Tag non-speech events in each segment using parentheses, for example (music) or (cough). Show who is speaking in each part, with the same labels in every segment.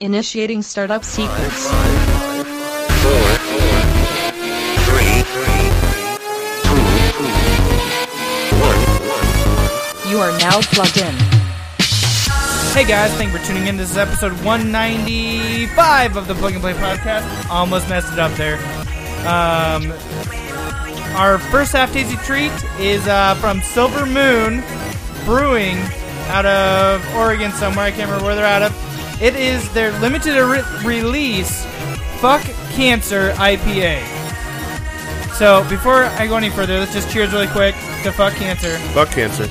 Speaker 1: Initiating startup sequence.
Speaker 2: four, three, two, one.
Speaker 1: You are now plugged in.
Speaker 3: Hey guys, thank you for tuning in. This is episode 195 of the Plug and Play podcast. Almost messed it up there. Um, our first half tasty treat is uh, from Silver Moon Brewing out of Oregon somewhere. I can't remember where they're out of. It is their limited re- release Fuck Cancer IPA. So before I go any further, let's just cheers really quick to Fuck Cancer.
Speaker 4: Buck cancer.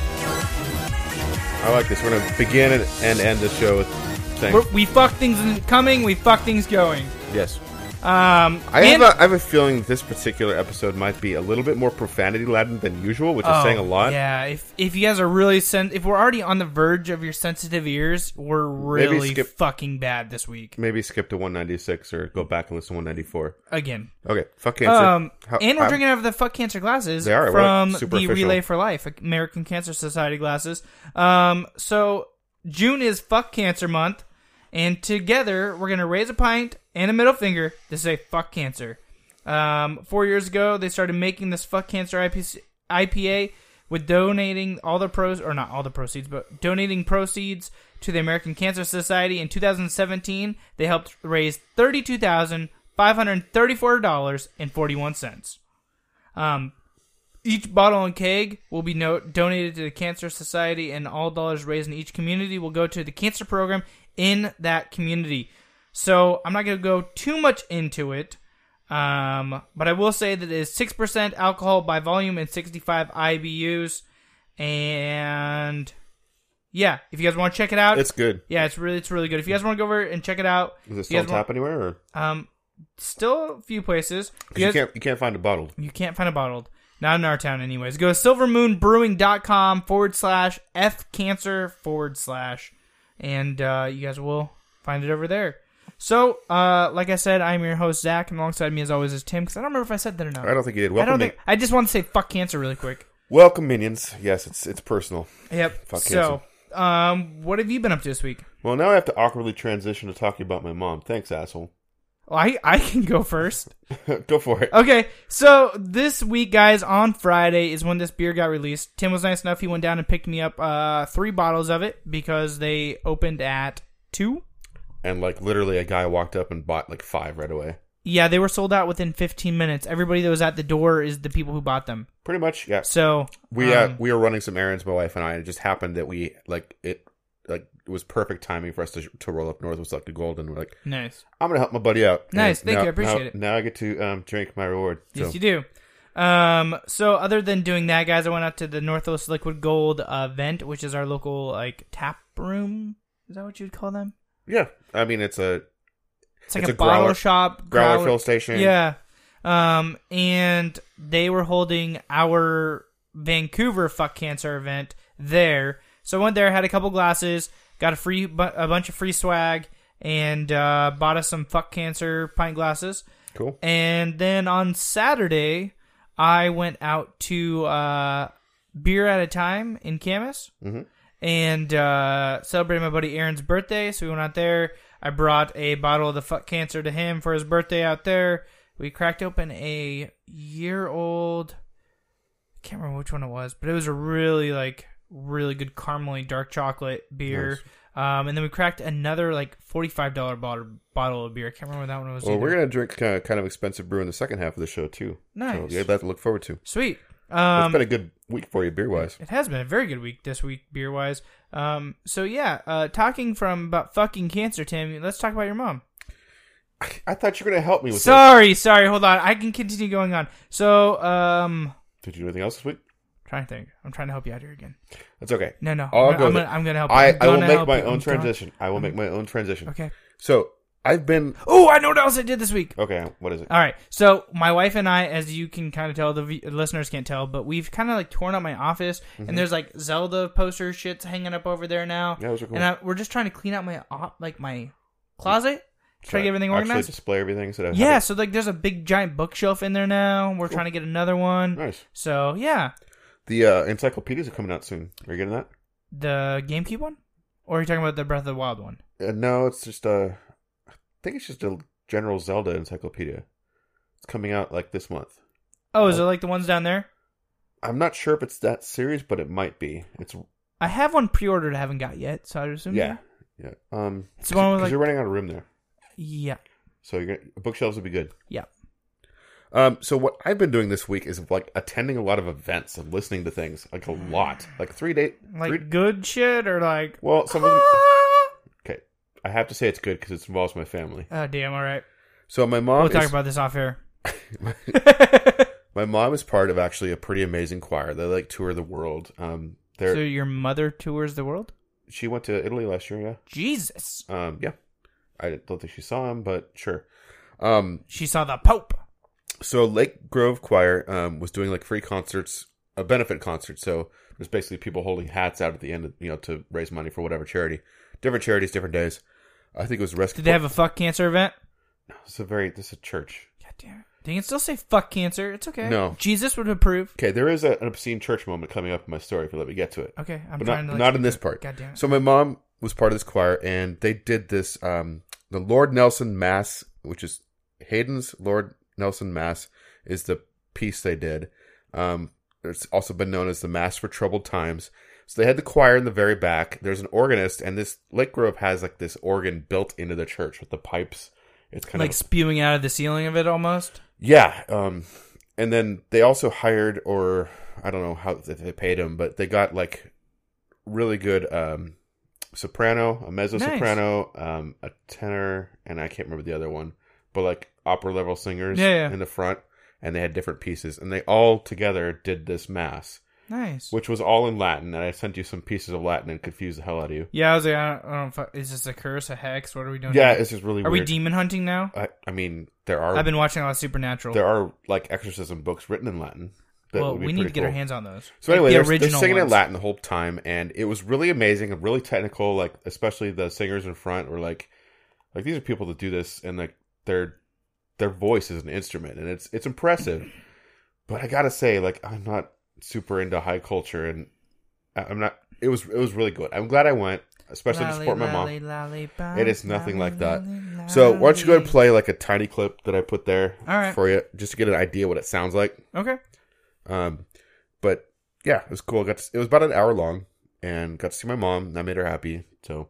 Speaker 4: I like this. We're gonna begin and, and end the show with saying
Speaker 3: We're, we fuck things in- coming, we fuck things going.
Speaker 4: yes.
Speaker 3: Um,
Speaker 4: I have,
Speaker 3: and-
Speaker 4: a, I have a feeling this particular episode might be a little bit more profanity laden than usual, which is saying a lot.
Speaker 3: Oh, Yeah, if if you guys are really sen- if we're already on the verge of your sensitive ears, we're really
Speaker 4: skip-
Speaker 3: fucking bad this week.
Speaker 4: Maybe skip to 196 or go back and listen to 194.
Speaker 3: Again.
Speaker 4: Okay, fuck cancer.
Speaker 3: Um,
Speaker 4: How-
Speaker 3: and we're
Speaker 4: how-
Speaker 3: drinking out of the fuck cancer glasses
Speaker 4: They are, what a
Speaker 3: from the
Speaker 4: super official.
Speaker 3: Relay for Life American Cancer Society glasses. Um, so June is fuck cancer month, and together we're gonna raise a pint and a middle finger to say fuck cancer. Um, four years ago, they started making this fuck cancer IPC IPA with donating all the pros or not all the proceeds, but donating proceeds to the American Cancer Society. In 2017, they helped raise thirty-two thousand five hundred thirty-four dollars and forty-one cents. Um, each bottle and keg will be no- donated to the Cancer Society, and all dollars raised in each community will go to the cancer program in that community. So I'm not going to go too much into it, um, but I will say that it is 6% alcohol by volume and 65 IBUs. And yeah, if you guys want to check it out,
Speaker 4: It's good.
Speaker 3: yeah, it's really it's really good. If you guys want to go over and check it out,
Speaker 4: Is it
Speaker 3: if you
Speaker 4: still on
Speaker 3: guys want-
Speaker 4: tap anywhere? Or?
Speaker 3: um, still a few places. If
Speaker 4: 'cause you,
Speaker 3: guys-
Speaker 4: can't, you can't find a bottle.
Speaker 3: you can't find a bottled. Not in our town, anyways. Go to silvermoonbrewing.com forward slash F cancer forward slash, and uh, you guys will find it over there. So, uh, like I said, I'm your host, Zach, and alongside me, as always, is Tim, because I don't remember if I said that or not.
Speaker 4: I don't think you did.
Speaker 3: I
Speaker 4: Welcome,
Speaker 3: don't
Speaker 4: min-
Speaker 3: think. I just want to say fuck cancer really quick.
Speaker 4: welcome minions. Yes, it's it's personal.
Speaker 3: Yep.
Speaker 4: Fuck
Speaker 3: so, um, what have you been up to this week?
Speaker 4: Well, now I have to awkwardly transition to talking about my mom. Thanks, asshole. (laughs)
Speaker 3: Well, I, I can go first.
Speaker 4: go for it.
Speaker 3: Okay, so this week, guys, on Friday is when this beer got released. Tim was nice enough; he went down and picked me up uh, three bottles of it because they opened at two.
Speaker 4: And like literally, a guy walked up and bought like five right away.
Speaker 3: Yeah, they were sold out within 15 minutes. Everybody that was at the door is the people who bought them.
Speaker 4: Pretty much, yeah.
Speaker 3: So
Speaker 4: We
Speaker 3: um,
Speaker 4: uh, we were running some errands, my wife and I. And it just happened that we like it like it was perfect timing for us to to roll up north. It was like a golden. We're like,
Speaker 3: nice.
Speaker 4: I'm gonna help my buddy out.
Speaker 3: Nice,
Speaker 4: And
Speaker 3: thank
Speaker 4: now-
Speaker 3: you, I appreciate
Speaker 4: now-
Speaker 3: it.
Speaker 4: Now I get to um, drink my reward.
Speaker 3: Yes,
Speaker 4: So,
Speaker 3: you do. Um, so other than doing that, guys, I went out to the Northwest Liquid Gold uh, event, which is our local like tap room. Is that what you'd call them?
Speaker 4: yeah, I mean it's a
Speaker 3: It's like
Speaker 4: It's
Speaker 3: a,
Speaker 4: a
Speaker 3: bottle
Speaker 4: growler-
Speaker 3: shop,
Speaker 4: growler
Speaker 3: growl-
Speaker 4: fill station.
Speaker 3: Yeah. Um, and they were holding our Vancouver Fuck Cancer event there. So I went there, had a couple glasses, got a free bu- a bunch of free swag, and uh, bought us some Fuck Cancer pint glasses.
Speaker 4: cool.
Speaker 3: And then on Saturday, I went out to uh, Beer at a Time in Camas
Speaker 4: Mm-hmm.
Speaker 3: and uh, celebrated my buddy Aaron's birthday. So we went out there. I brought a bottle of the fuck cancer to him for his birthday out there. We cracked open a year old. I can't remember which one it was, but it was a really like really good caramely dark chocolate beer. Um, and then we cracked another like forty five dollar bottle bottle of beer. I can't remember what that one was.
Speaker 4: Well,
Speaker 3: either.
Speaker 4: we're gonna drink kind of, kind of expensive brew in the second half of the show too.
Speaker 3: Nice.
Speaker 4: So you have to look forward to.
Speaker 3: Sweet.
Speaker 4: it's
Speaker 3: Um,
Speaker 4: been a good week for you
Speaker 3: (laughs)
Speaker 4: beer wise.
Speaker 3: it has been a very good week this week, beer wise. Um, so yeah, uh, talking from about fucking cancer, Tim. Let's talk about your mom.
Speaker 4: I thought you were gonna help me with.
Speaker 3: Sorry, sorry. Hold on, I can continue going on. So, um,
Speaker 4: this. Did you do anything else this week?
Speaker 3: trying to think. I'm trying to help you out here again.
Speaker 4: That's okay.
Speaker 3: No, no.
Speaker 4: I'll
Speaker 3: I'm,
Speaker 4: go
Speaker 3: gonna, I'm,
Speaker 4: with
Speaker 3: gonna, I'm gonna help.
Speaker 4: I,
Speaker 3: I'm
Speaker 4: I will
Speaker 3: gonna
Speaker 4: make
Speaker 3: help
Speaker 4: my
Speaker 3: you.
Speaker 4: own
Speaker 3: I'm gonna-
Speaker 4: transition. I will make my own transition.
Speaker 3: Okay.
Speaker 4: So I've been
Speaker 3: Oh, I know what else I did this week.
Speaker 4: okay. What is it?
Speaker 3: All right. So my wife and I, as you can kind of tell, the v- listeners can't tell, but we've kind of like torn up my office,
Speaker 4: Mm-hmm.
Speaker 3: and there's like Zelda poster shits hanging up over there now.
Speaker 4: Yeah, those are cool.
Speaker 3: And I, we're just trying to clean out my op- like my closet, try to get everything
Speaker 4: Actually,
Speaker 3: organized.
Speaker 4: display everything. So that I have
Speaker 3: Yeah.
Speaker 4: it.
Speaker 3: So like, there's a big giant bookshelf in there now. We're trying to get another one.
Speaker 4: Nice.
Speaker 3: So yeah,
Speaker 4: The uh, encyclopedias are coming out soon. Are you getting that?
Speaker 3: the GameCube one, or are you talking about the Breath of the Wild one?
Speaker 4: Uh, no, it's just uh, think it's just a general Zelda encyclopedia. It's coming out like this month.
Speaker 3: Oh, is it like the ones down there?
Speaker 4: I'm not sure if it's that series, but it might be. It's
Speaker 3: I have one pre-ordered I haven't got yet, so I assume
Speaker 4: yeah, yeah. Um,
Speaker 3: It's the one with,
Speaker 4: because
Speaker 3: like-
Speaker 4: you're running out of room there,
Speaker 3: yeah,
Speaker 4: so you're gonna, bookshelves would be good.
Speaker 3: yeah.
Speaker 4: Um, so what I've been doing this week is like attending a lot of events and listening to things like a lot, like three day,
Speaker 3: Hmm. Like
Speaker 4: three,
Speaker 3: good shit or like
Speaker 4: Well,
Speaker 3: (laughs)
Speaker 4: some of them. Okay, I have to say it's good because it involves my family.
Speaker 3: oh damn, all right.
Speaker 4: So my mom,
Speaker 3: We'll talk
Speaker 4: is,
Speaker 3: about this off
Speaker 4: (laughs)
Speaker 3: air. (laughs)
Speaker 4: my mom is part of actually a pretty amazing choir. They like tour the world. Um, they're,
Speaker 3: So your mother tours the world?
Speaker 4: she went to Italy last year.
Speaker 3: Jesus.
Speaker 4: Yeah, um, yeah. I don't think she saw him, but sure. Um,
Speaker 3: She saw the Pope.
Speaker 4: so Lake Grove Choir um, was doing like free concerts, a benefit concert. So there's basically people holding hats out at the end, you know, to raise money for whatever charity. Different charities, different days. I think it was rescue.
Speaker 3: Did they have a fuck cancer event?
Speaker 4: It's a very. This is a church.
Speaker 3: God damn it. They can still say fuck cancer. It's okay.
Speaker 4: No.
Speaker 3: Jesus would approve.
Speaker 4: Okay, there is a, an obscene church moment coming up in my story if you let me get to it.
Speaker 3: Okay, I'm
Speaker 4: but
Speaker 3: trying
Speaker 4: not,
Speaker 3: to. Like,
Speaker 4: not in this part.
Speaker 3: God damn it.
Speaker 4: So my mom was part of this choir, and they did this um, the Lord Nelson Mass, which is Haydn's Lord Nelson Mass, is the piece they did. Um, it's also been known as the Mass for Troubled Times. So they had the choir in the very back. There's an organist, and this Lake Grove has like this organ built into the church with the pipes. It's kind
Speaker 3: like
Speaker 4: of
Speaker 3: spewing out of the ceiling of it almost.
Speaker 4: yeah. Um, and then they also hired, or I don't know how if they paid him, but they got like really good um, soprano, a mezzo soprano, um, a tenor, and I can't remember the other one, but like opera level singers
Speaker 3: Yeah, yeah.
Speaker 4: in the front, and they had different pieces, and they all together did this mass,
Speaker 3: Nice.
Speaker 4: which was all in Latin, and I sent you some pieces of Latin and confused the hell out of you.
Speaker 3: yeah, I was like, I don't, I don't. fu- Is this a curse, a hex? What are we doing?
Speaker 4: Yeah,
Speaker 3: here?
Speaker 4: it's just really
Speaker 3: are we
Speaker 4: weird.
Speaker 3: demon hunting now?
Speaker 4: I, I mean, there are
Speaker 3: I've been watching a lot of Supernatural.
Speaker 4: there are like exorcism books written in Latin. that
Speaker 3: well,
Speaker 4: would be
Speaker 3: we need to
Speaker 4: pretty
Speaker 3: get our
Speaker 4: cool.
Speaker 3: hands on those.
Speaker 4: So
Speaker 3: Like
Speaker 4: anyway,
Speaker 3: the
Speaker 4: they're, they're
Speaker 3: original
Speaker 4: singing in
Speaker 3: ones.
Speaker 4: Latin the whole time, and it was really amazing and really technical. Like especially the singers in front were like, like these are people that do this, and like their their voice is an instrument, and it's it's impressive. But I gotta say, like I'm not super into high culture, and I- I'm not. It was it was really good. I'm glad I went, especially to
Speaker 3: Lolly,
Speaker 4: support my mom.
Speaker 3: lolly, lollipop,
Speaker 4: It is nothing
Speaker 3: lolly,
Speaker 4: like that.
Speaker 3: lolly,
Speaker 4: So why don't you go ahead and
Speaker 3: lolly.
Speaker 4: play like a tiny clip that I put there
Speaker 3: All right.
Speaker 4: for you, just to get an idea what it sounds like.
Speaker 3: Okay.
Speaker 4: Um, but yeah, it was cool. I got to- it was about an hour long, and got to see my mom. And that made her happy. So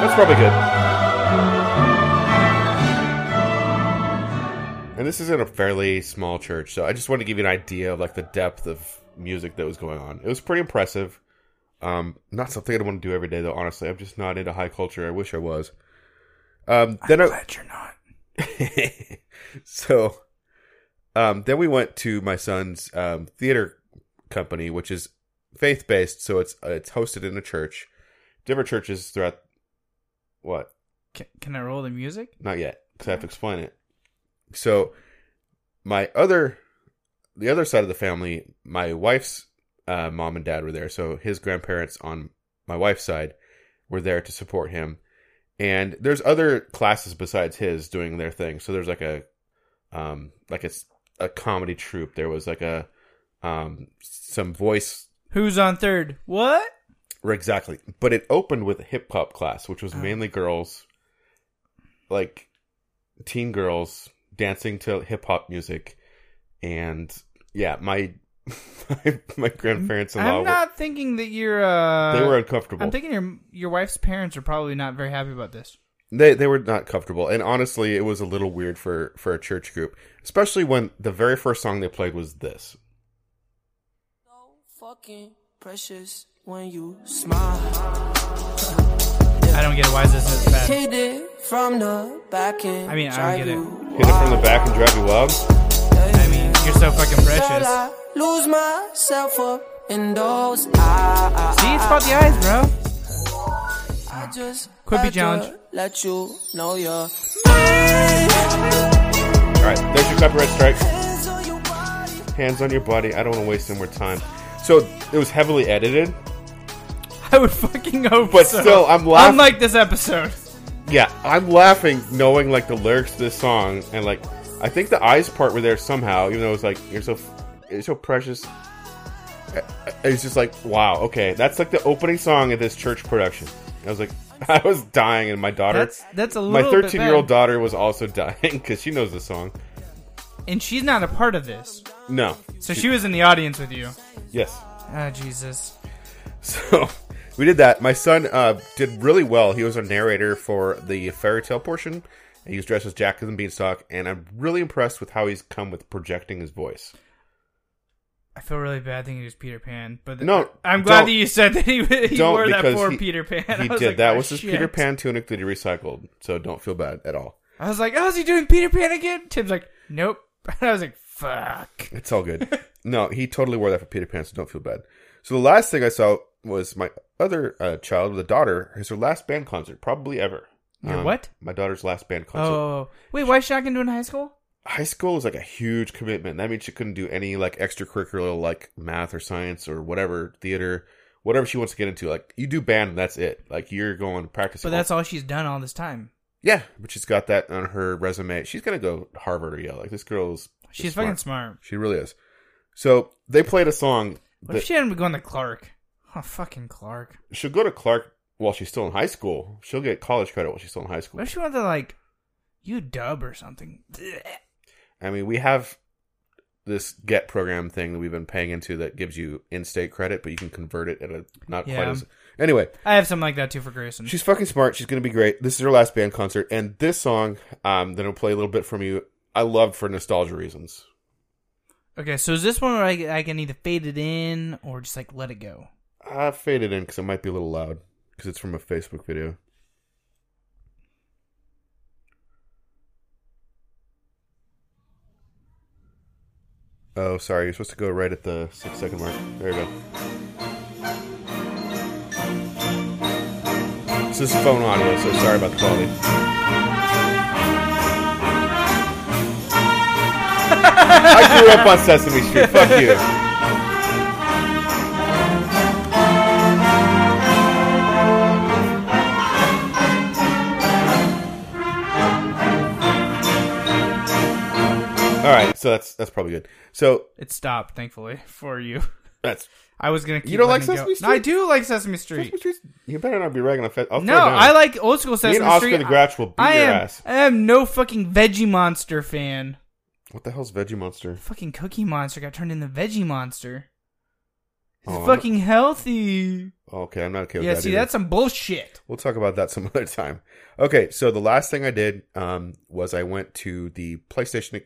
Speaker 4: that's probably good. And this is in a fairly small church, so I just wanted to give you an idea of like the depth of music that was going on. It was pretty impressive. Um, not something I'd want to do every day, though. Honestly, I'm just not into high culture. I wish I was. Um, then I,
Speaker 3: Glad you're not.
Speaker 4: (laughs) so um, then we went to my son's um, theater company, which is faith based, so it's uh, it's hosted in a church. Different churches throughout. What?
Speaker 3: Can, can I roll the music?
Speaker 4: Not yet, because I have to explain it. So, my other, the other side of the family, my wife's uh, mom and dad were there. So his grandparents on my wife's side were there to support him. And there's other classes besides his doing their thing. So there's like a, um, like it's a comedy troupe. There was like a, um, some voice
Speaker 3: Who's on third? What?
Speaker 4: Right, exactly. But it opened with a hip hop class, which
Speaker 3: Oh.
Speaker 4: was mainly girls, like teen girls dancing to hip hop music, and yeah, my (laughs) my, my grandparents in law
Speaker 3: I'm
Speaker 4: were,
Speaker 3: not thinking that you're. Uh,
Speaker 4: they were uncomfortable.
Speaker 3: I'm thinking your your wife's parents are probably not very happy about this.
Speaker 4: they they were not comfortable, and honestly, it was a little weird for for a church group, especially when the very first song they played was this.
Speaker 5: So fucking precious when you smile.
Speaker 3: I don't get it. Why is this this bad?
Speaker 5: Hit it from the back and
Speaker 3: I mean, I don't
Speaker 5: drive
Speaker 3: get it.
Speaker 5: you
Speaker 4: Hit it from the back and drive you wild.
Speaker 3: I mean, you're so fucking
Speaker 5: Girl,
Speaker 3: precious.
Speaker 5: I lose myself up in those eyes.
Speaker 3: See, it's about the eyes, bro.
Speaker 5: I just
Speaker 3: Could be
Speaker 5: had to
Speaker 3: challenge.
Speaker 5: Let you know you're
Speaker 4: All right, there's your copyright strike.
Speaker 5: hands on your body.
Speaker 4: Hands on your body. I don't want to waste any more time. So it was heavily edited.
Speaker 3: I would fucking hope.
Speaker 4: But
Speaker 3: so.
Speaker 4: still, I'm laughing.
Speaker 3: Unlike this episode.
Speaker 4: yeah, I'm laughing knowing like the lyrics to this song and like I think the eyes part were there somehow, even though it's like you're so you're so precious. I- I- It's just like wow, okay, that's like the opening song of this church production. I was like, (laughs) I was dying, and my daughter,
Speaker 3: That's that's a
Speaker 4: my
Speaker 3: little bit
Speaker 4: 13 year old
Speaker 3: bad.
Speaker 4: daughter, was also (laughs) dying because she knows the song.
Speaker 3: and she's not a part of this,
Speaker 4: No,
Speaker 3: so she was in the audience with you.
Speaker 4: yes,
Speaker 3: Ah, Jesus.
Speaker 4: (laughs) So we did that. My son uh, did really well. He was a narrator for the fairy tale portion. He was dressed as Jack and the Beanstalk, and I'm really impressed with how he's come with projecting his voice.
Speaker 3: I feel really bad thinking he was Peter Pan, but
Speaker 4: No,
Speaker 3: I'm glad
Speaker 4: don't-
Speaker 3: that you said that he, he
Speaker 4: Don't
Speaker 3: wore that
Speaker 4: because
Speaker 3: for
Speaker 4: he-
Speaker 3: Peter Pan. (laughs) I
Speaker 4: He
Speaker 3: was
Speaker 4: did.
Speaker 3: like,
Speaker 4: that
Speaker 3: "Oh,
Speaker 4: was his
Speaker 3: shit."
Speaker 4: Peter Pan tunic that he recycled. So don't feel bad at all.
Speaker 3: I was like, oh, is he doing Peter Pan again? Tim's like, nope. (laughs) And I was like, fuck.
Speaker 4: It's all good.
Speaker 3: (laughs)
Speaker 4: no, he totally wore that for Peter Pan, so don't feel bad. So the last thing I saw was my other uh, child with a daughter. It's her last band concert, probably ever. Um,
Speaker 3: Your what?
Speaker 4: My daughter's last band concert.
Speaker 3: Oh, wait, why Shotgun doing high school?
Speaker 4: high school is like a huge commitment. That means she couldn't do any like extracurricular like math or science or whatever theater, whatever she wants to get into. Like you do band, and that's it. Like you're going to practice.
Speaker 3: But that's all she's done all this time.
Speaker 4: yeah. But she's got that on her resume. She's gonna go Harvard or Yale. Like this girl's
Speaker 3: She's
Speaker 4: smart.
Speaker 3: fucking smart.
Speaker 4: She really is. So they played a song
Speaker 3: What
Speaker 4: that
Speaker 3: if she hadn't been going to Clark? Oh, fucking Clark.
Speaker 4: she'll go to Clark while she's still in high school. She'll get college credit while she's still in high school.
Speaker 3: What if she went to, like, U Dub or something?
Speaker 4: I mean, we have this get program thing that we've been paying into that gives you in-state credit, but you can convert it at a not quite
Speaker 3: Yeah.
Speaker 4: as. Anyway,
Speaker 3: I have something like that too for Grayson.
Speaker 4: she's fucking smart. She's gonna be great. This is her last band concert, and this song, um, that I'll play a little bit from you. I love for nostalgia reasons.
Speaker 3: okay, so is this one where I, I can either fade it in or just, like, let it go?
Speaker 4: I faded in because it might be a little loud because it's from a Facebook video. Oh, sorry. You're supposed to go right at the six second mark. There you go. So This is phone audio, so sorry about the quality. (laughs) I grew up on Sesame Street. Fuck you. All right, so that's that's probably good. So
Speaker 3: It stopped, thankfully, (laughs) for you.
Speaker 4: that's
Speaker 3: I was gonna. Keep
Speaker 4: You don't like
Speaker 3: letting it go.
Speaker 4: Sesame Street?
Speaker 3: No, I do like Sesame Street.
Speaker 4: Sesame Street's- You better not be ragging on Fe- I'll
Speaker 3: No,
Speaker 4: throw down.
Speaker 3: I like old school
Speaker 4: Me
Speaker 3: Sesame
Speaker 4: and Oscar
Speaker 3: Street.
Speaker 4: the Grouch will beat
Speaker 3: I
Speaker 4: your
Speaker 3: am.
Speaker 4: ass.
Speaker 3: I am no fucking Veggie Monster fan.
Speaker 4: What the hell's Veggie Monster?
Speaker 3: Fucking Cookie Monster got turned into Veggie Monster. It's
Speaker 4: Oh, I'm-
Speaker 3: fucking healthy.
Speaker 4: Okay, I'm not okay with
Speaker 3: Yeah,
Speaker 4: that.
Speaker 3: see,
Speaker 4: either.
Speaker 3: that's some bullshit.
Speaker 4: We'll talk about that (laughs) some other time. Okay, so the last thing I did um, was I went to the PlayStation.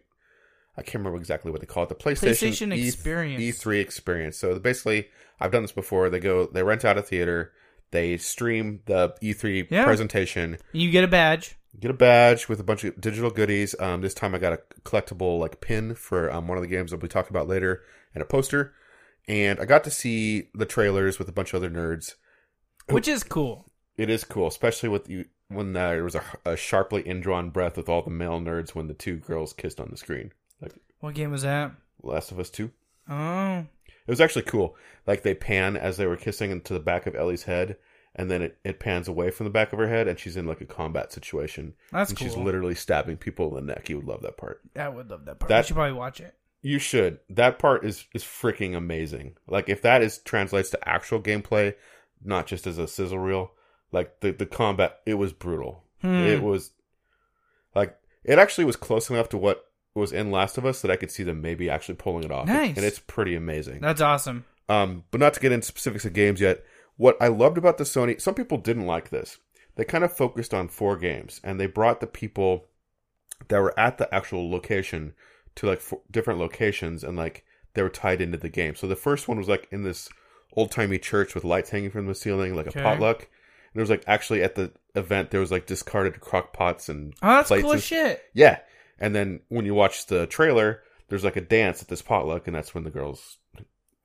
Speaker 4: I can't remember exactly what they call it. The PlayStation,
Speaker 3: PlayStation
Speaker 4: E-
Speaker 3: Experience.
Speaker 4: E3 experience. So basically, I've done this before. They go, they rent out a theater, they stream the E3
Speaker 3: Yeah.
Speaker 4: presentation,
Speaker 3: You get a badge.
Speaker 4: get a badge with a bunch of digital goodies. Um, this time I got a collectible like pin for um, one of the games that we talk about later, and a poster. And I got to see the trailers with a bunch of other nerds.
Speaker 3: Which is cool.
Speaker 4: It is cool, especially with you when there was a, a sharply indrawn breath with all the male nerds when the two girls kissed on the screen. Like
Speaker 3: What game was that?
Speaker 4: Last of Us Two,
Speaker 3: Oh,
Speaker 4: it was actually cool. Like they pan as they were kissing into the back of Ellie's head, and then it, it pans away from the back of her head, and she's in like a combat situation.
Speaker 3: That's
Speaker 4: and She's
Speaker 3: cool.
Speaker 4: literally stabbing people in the neck. You would love that part.
Speaker 3: I would love that part.
Speaker 4: That-
Speaker 3: I should probably watch it.
Speaker 4: You should. That part is is freaking amazing. Like if that is translates to actual gameplay, not just as a sizzle reel. Like the the combat, it was brutal.
Speaker 3: Hmm.
Speaker 4: It was like it actually was close enough to what was in Last of Us that I could see them maybe actually pulling it off.
Speaker 3: Nice.
Speaker 4: And it's pretty amazing.
Speaker 3: That's awome.
Speaker 4: Um, but not to get into specifics of games yet. What I loved about the Sony, some people didn't like this. They kind of focused on four games, and they brought the people that were at the actual location to like four, different locations, and like they were tied into the game. So the first one was like in this old timey church with lights hanging from the ceiling, like
Speaker 3: Okay.
Speaker 4: a potluck. And it was like actually at the event there was like discarded crock pots and
Speaker 3: Oh, that's
Speaker 4: plates
Speaker 3: cool
Speaker 4: and
Speaker 3: as shit.
Speaker 4: yeah. And then when you watch the trailer, there's like a dance at this potluck, and that's when the girls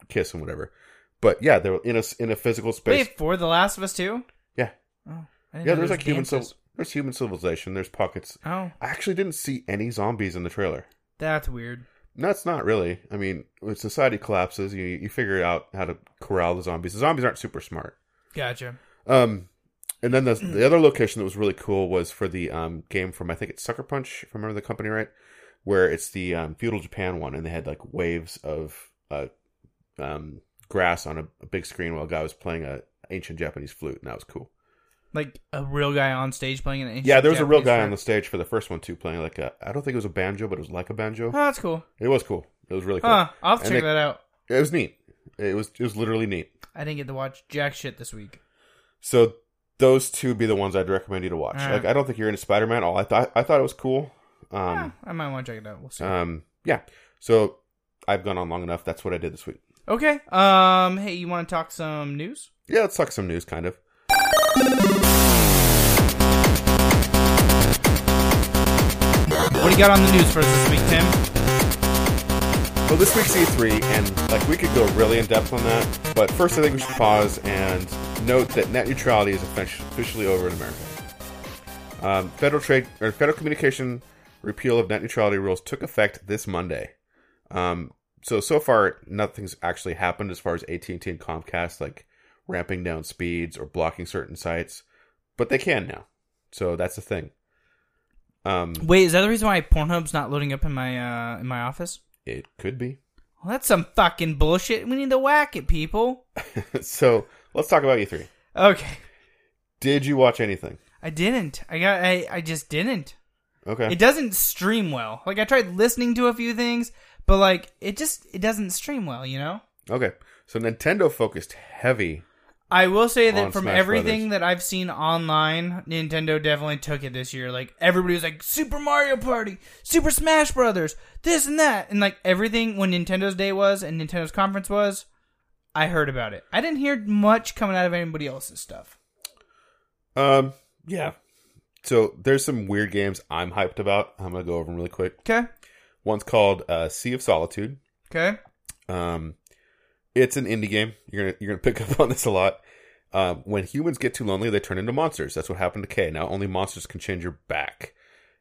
Speaker 4: kiss and whatever. But yeah, they're in a in a physical space.
Speaker 3: Wait, for The Last of Us Two.
Speaker 4: Yeah,
Speaker 3: Oh, I didn't
Speaker 4: yeah.
Speaker 3: know
Speaker 4: There's like human
Speaker 3: dances.
Speaker 4: civil, there's human civilization. There's pockets.
Speaker 3: Oh,
Speaker 4: I actually didn't see any zombies in the trailer.
Speaker 3: that's weird.
Speaker 4: No, it's not really. I mean, when society collapses, you you figure out how to corral the zombies. The zombies aren't super smart.
Speaker 3: Gotcha.
Speaker 4: Um, And then the
Speaker 3: Mm.
Speaker 4: the other location that was really cool was for the um, game from I think it's Sucker Punch, if I remember the company right, where it's the um, feudal Japan one, and they had like waves of uh, um, grass on a, a big screen while a guy was playing a ancient Japanese flute, and that was cool.
Speaker 3: Like a real guy on stage playing an ancient
Speaker 4: yeah, there was a real
Speaker 3: Japanese
Speaker 4: guy
Speaker 3: flute.
Speaker 4: on the stage for the first one too, playing like a I don't think it was a banjo, but it was like a banjo.
Speaker 3: Oh, that's cool.
Speaker 4: It was cool. It was really cool.
Speaker 3: Huh. I'll have to
Speaker 4: And
Speaker 3: check
Speaker 4: they-
Speaker 3: that out.
Speaker 4: It was neat. It was it was literally neat.
Speaker 3: I didn't get to watch jack shit this week.
Speaker 4: So those two would be the ones I'd recommend you to watch.
Speaker 3: Alright.
Speaker 4: Like I don't think you're into Spider Man at all. I thought I thought it was cool.
Speaker 3: Yeah,
Speaker 4: Um,
Speaker 3: I might want to check it out. We'll see.
Speaker 4: um, yeah. So I've gone on long enough. That's what I did this week.
Speaker 3: okay. Um. Hey, you want to talk some news?
Speaker 4: Yeah, let's talk some news, kind of.
Speaker 3: What do you got on the news for us this week, Tim?
Speaker 4: So this week's E3, and like we could go really in depth on that, but first I think we should pause and note that net neutrality is offic- officially over in America. Um, federal trade or federal communication repeal of net neutrality rules took effect this Monday. Um, so so far nothing's actually happened as far as AT and T and Comcast like ramping down speeds or blocking certain sites, but they can now. So that's the thing. Um,
Speaker 3: Wait, is that the reason why Pornhub's not loading up in my uh in my office?
Speaker 4: it could be. (laughs)
Speaker 3: Well, that's some fucking bullshit. We need to whack it, people.
Speaker 4: so let's talk about E3.
Speaker 3: Okay.
Speaker 4: Did you watch anything?
Speaker 3: I didn't. I got. I, I just didn't.
Speaker 4: Okay.
Speaker 3: It doesn't stream well. Like I tried listening to a few things, but like it just it doesn't stream well. You know.
Speaker 4: okay. So Nintendo focused heavy.
Speaker 3: I will say
Speaker 4: On
Speaker 3: that from
Speaker 4: Smash
Speaker 3: everything
Speaker 4: Brothers.
Speaker 3: that I've seen online, Nintendo definitely took it this year. Like everybody was like Super Mario Party, Super Smash Brothers, this and that, and like everything when Nintendo's day was and Nintendo's conference was, I heard about it. I didn't hear much coming out of anybody else's stuff.
Speaker 4: Um yeah. So there's some weird games I'm hyped about. I'm going to go over them really quick.
Speaker 3: Okay.
Speaker 4: One's called uh, Sea of Solitude.
Speaker 3: Okay.
Speaker 4: Um it's an indie game. You're going to you're going to pick (laughs) up on this a lot. Um, when humans get too lonely, they turn into monsters. That's what happened to Kay. Now only monsters can change your back.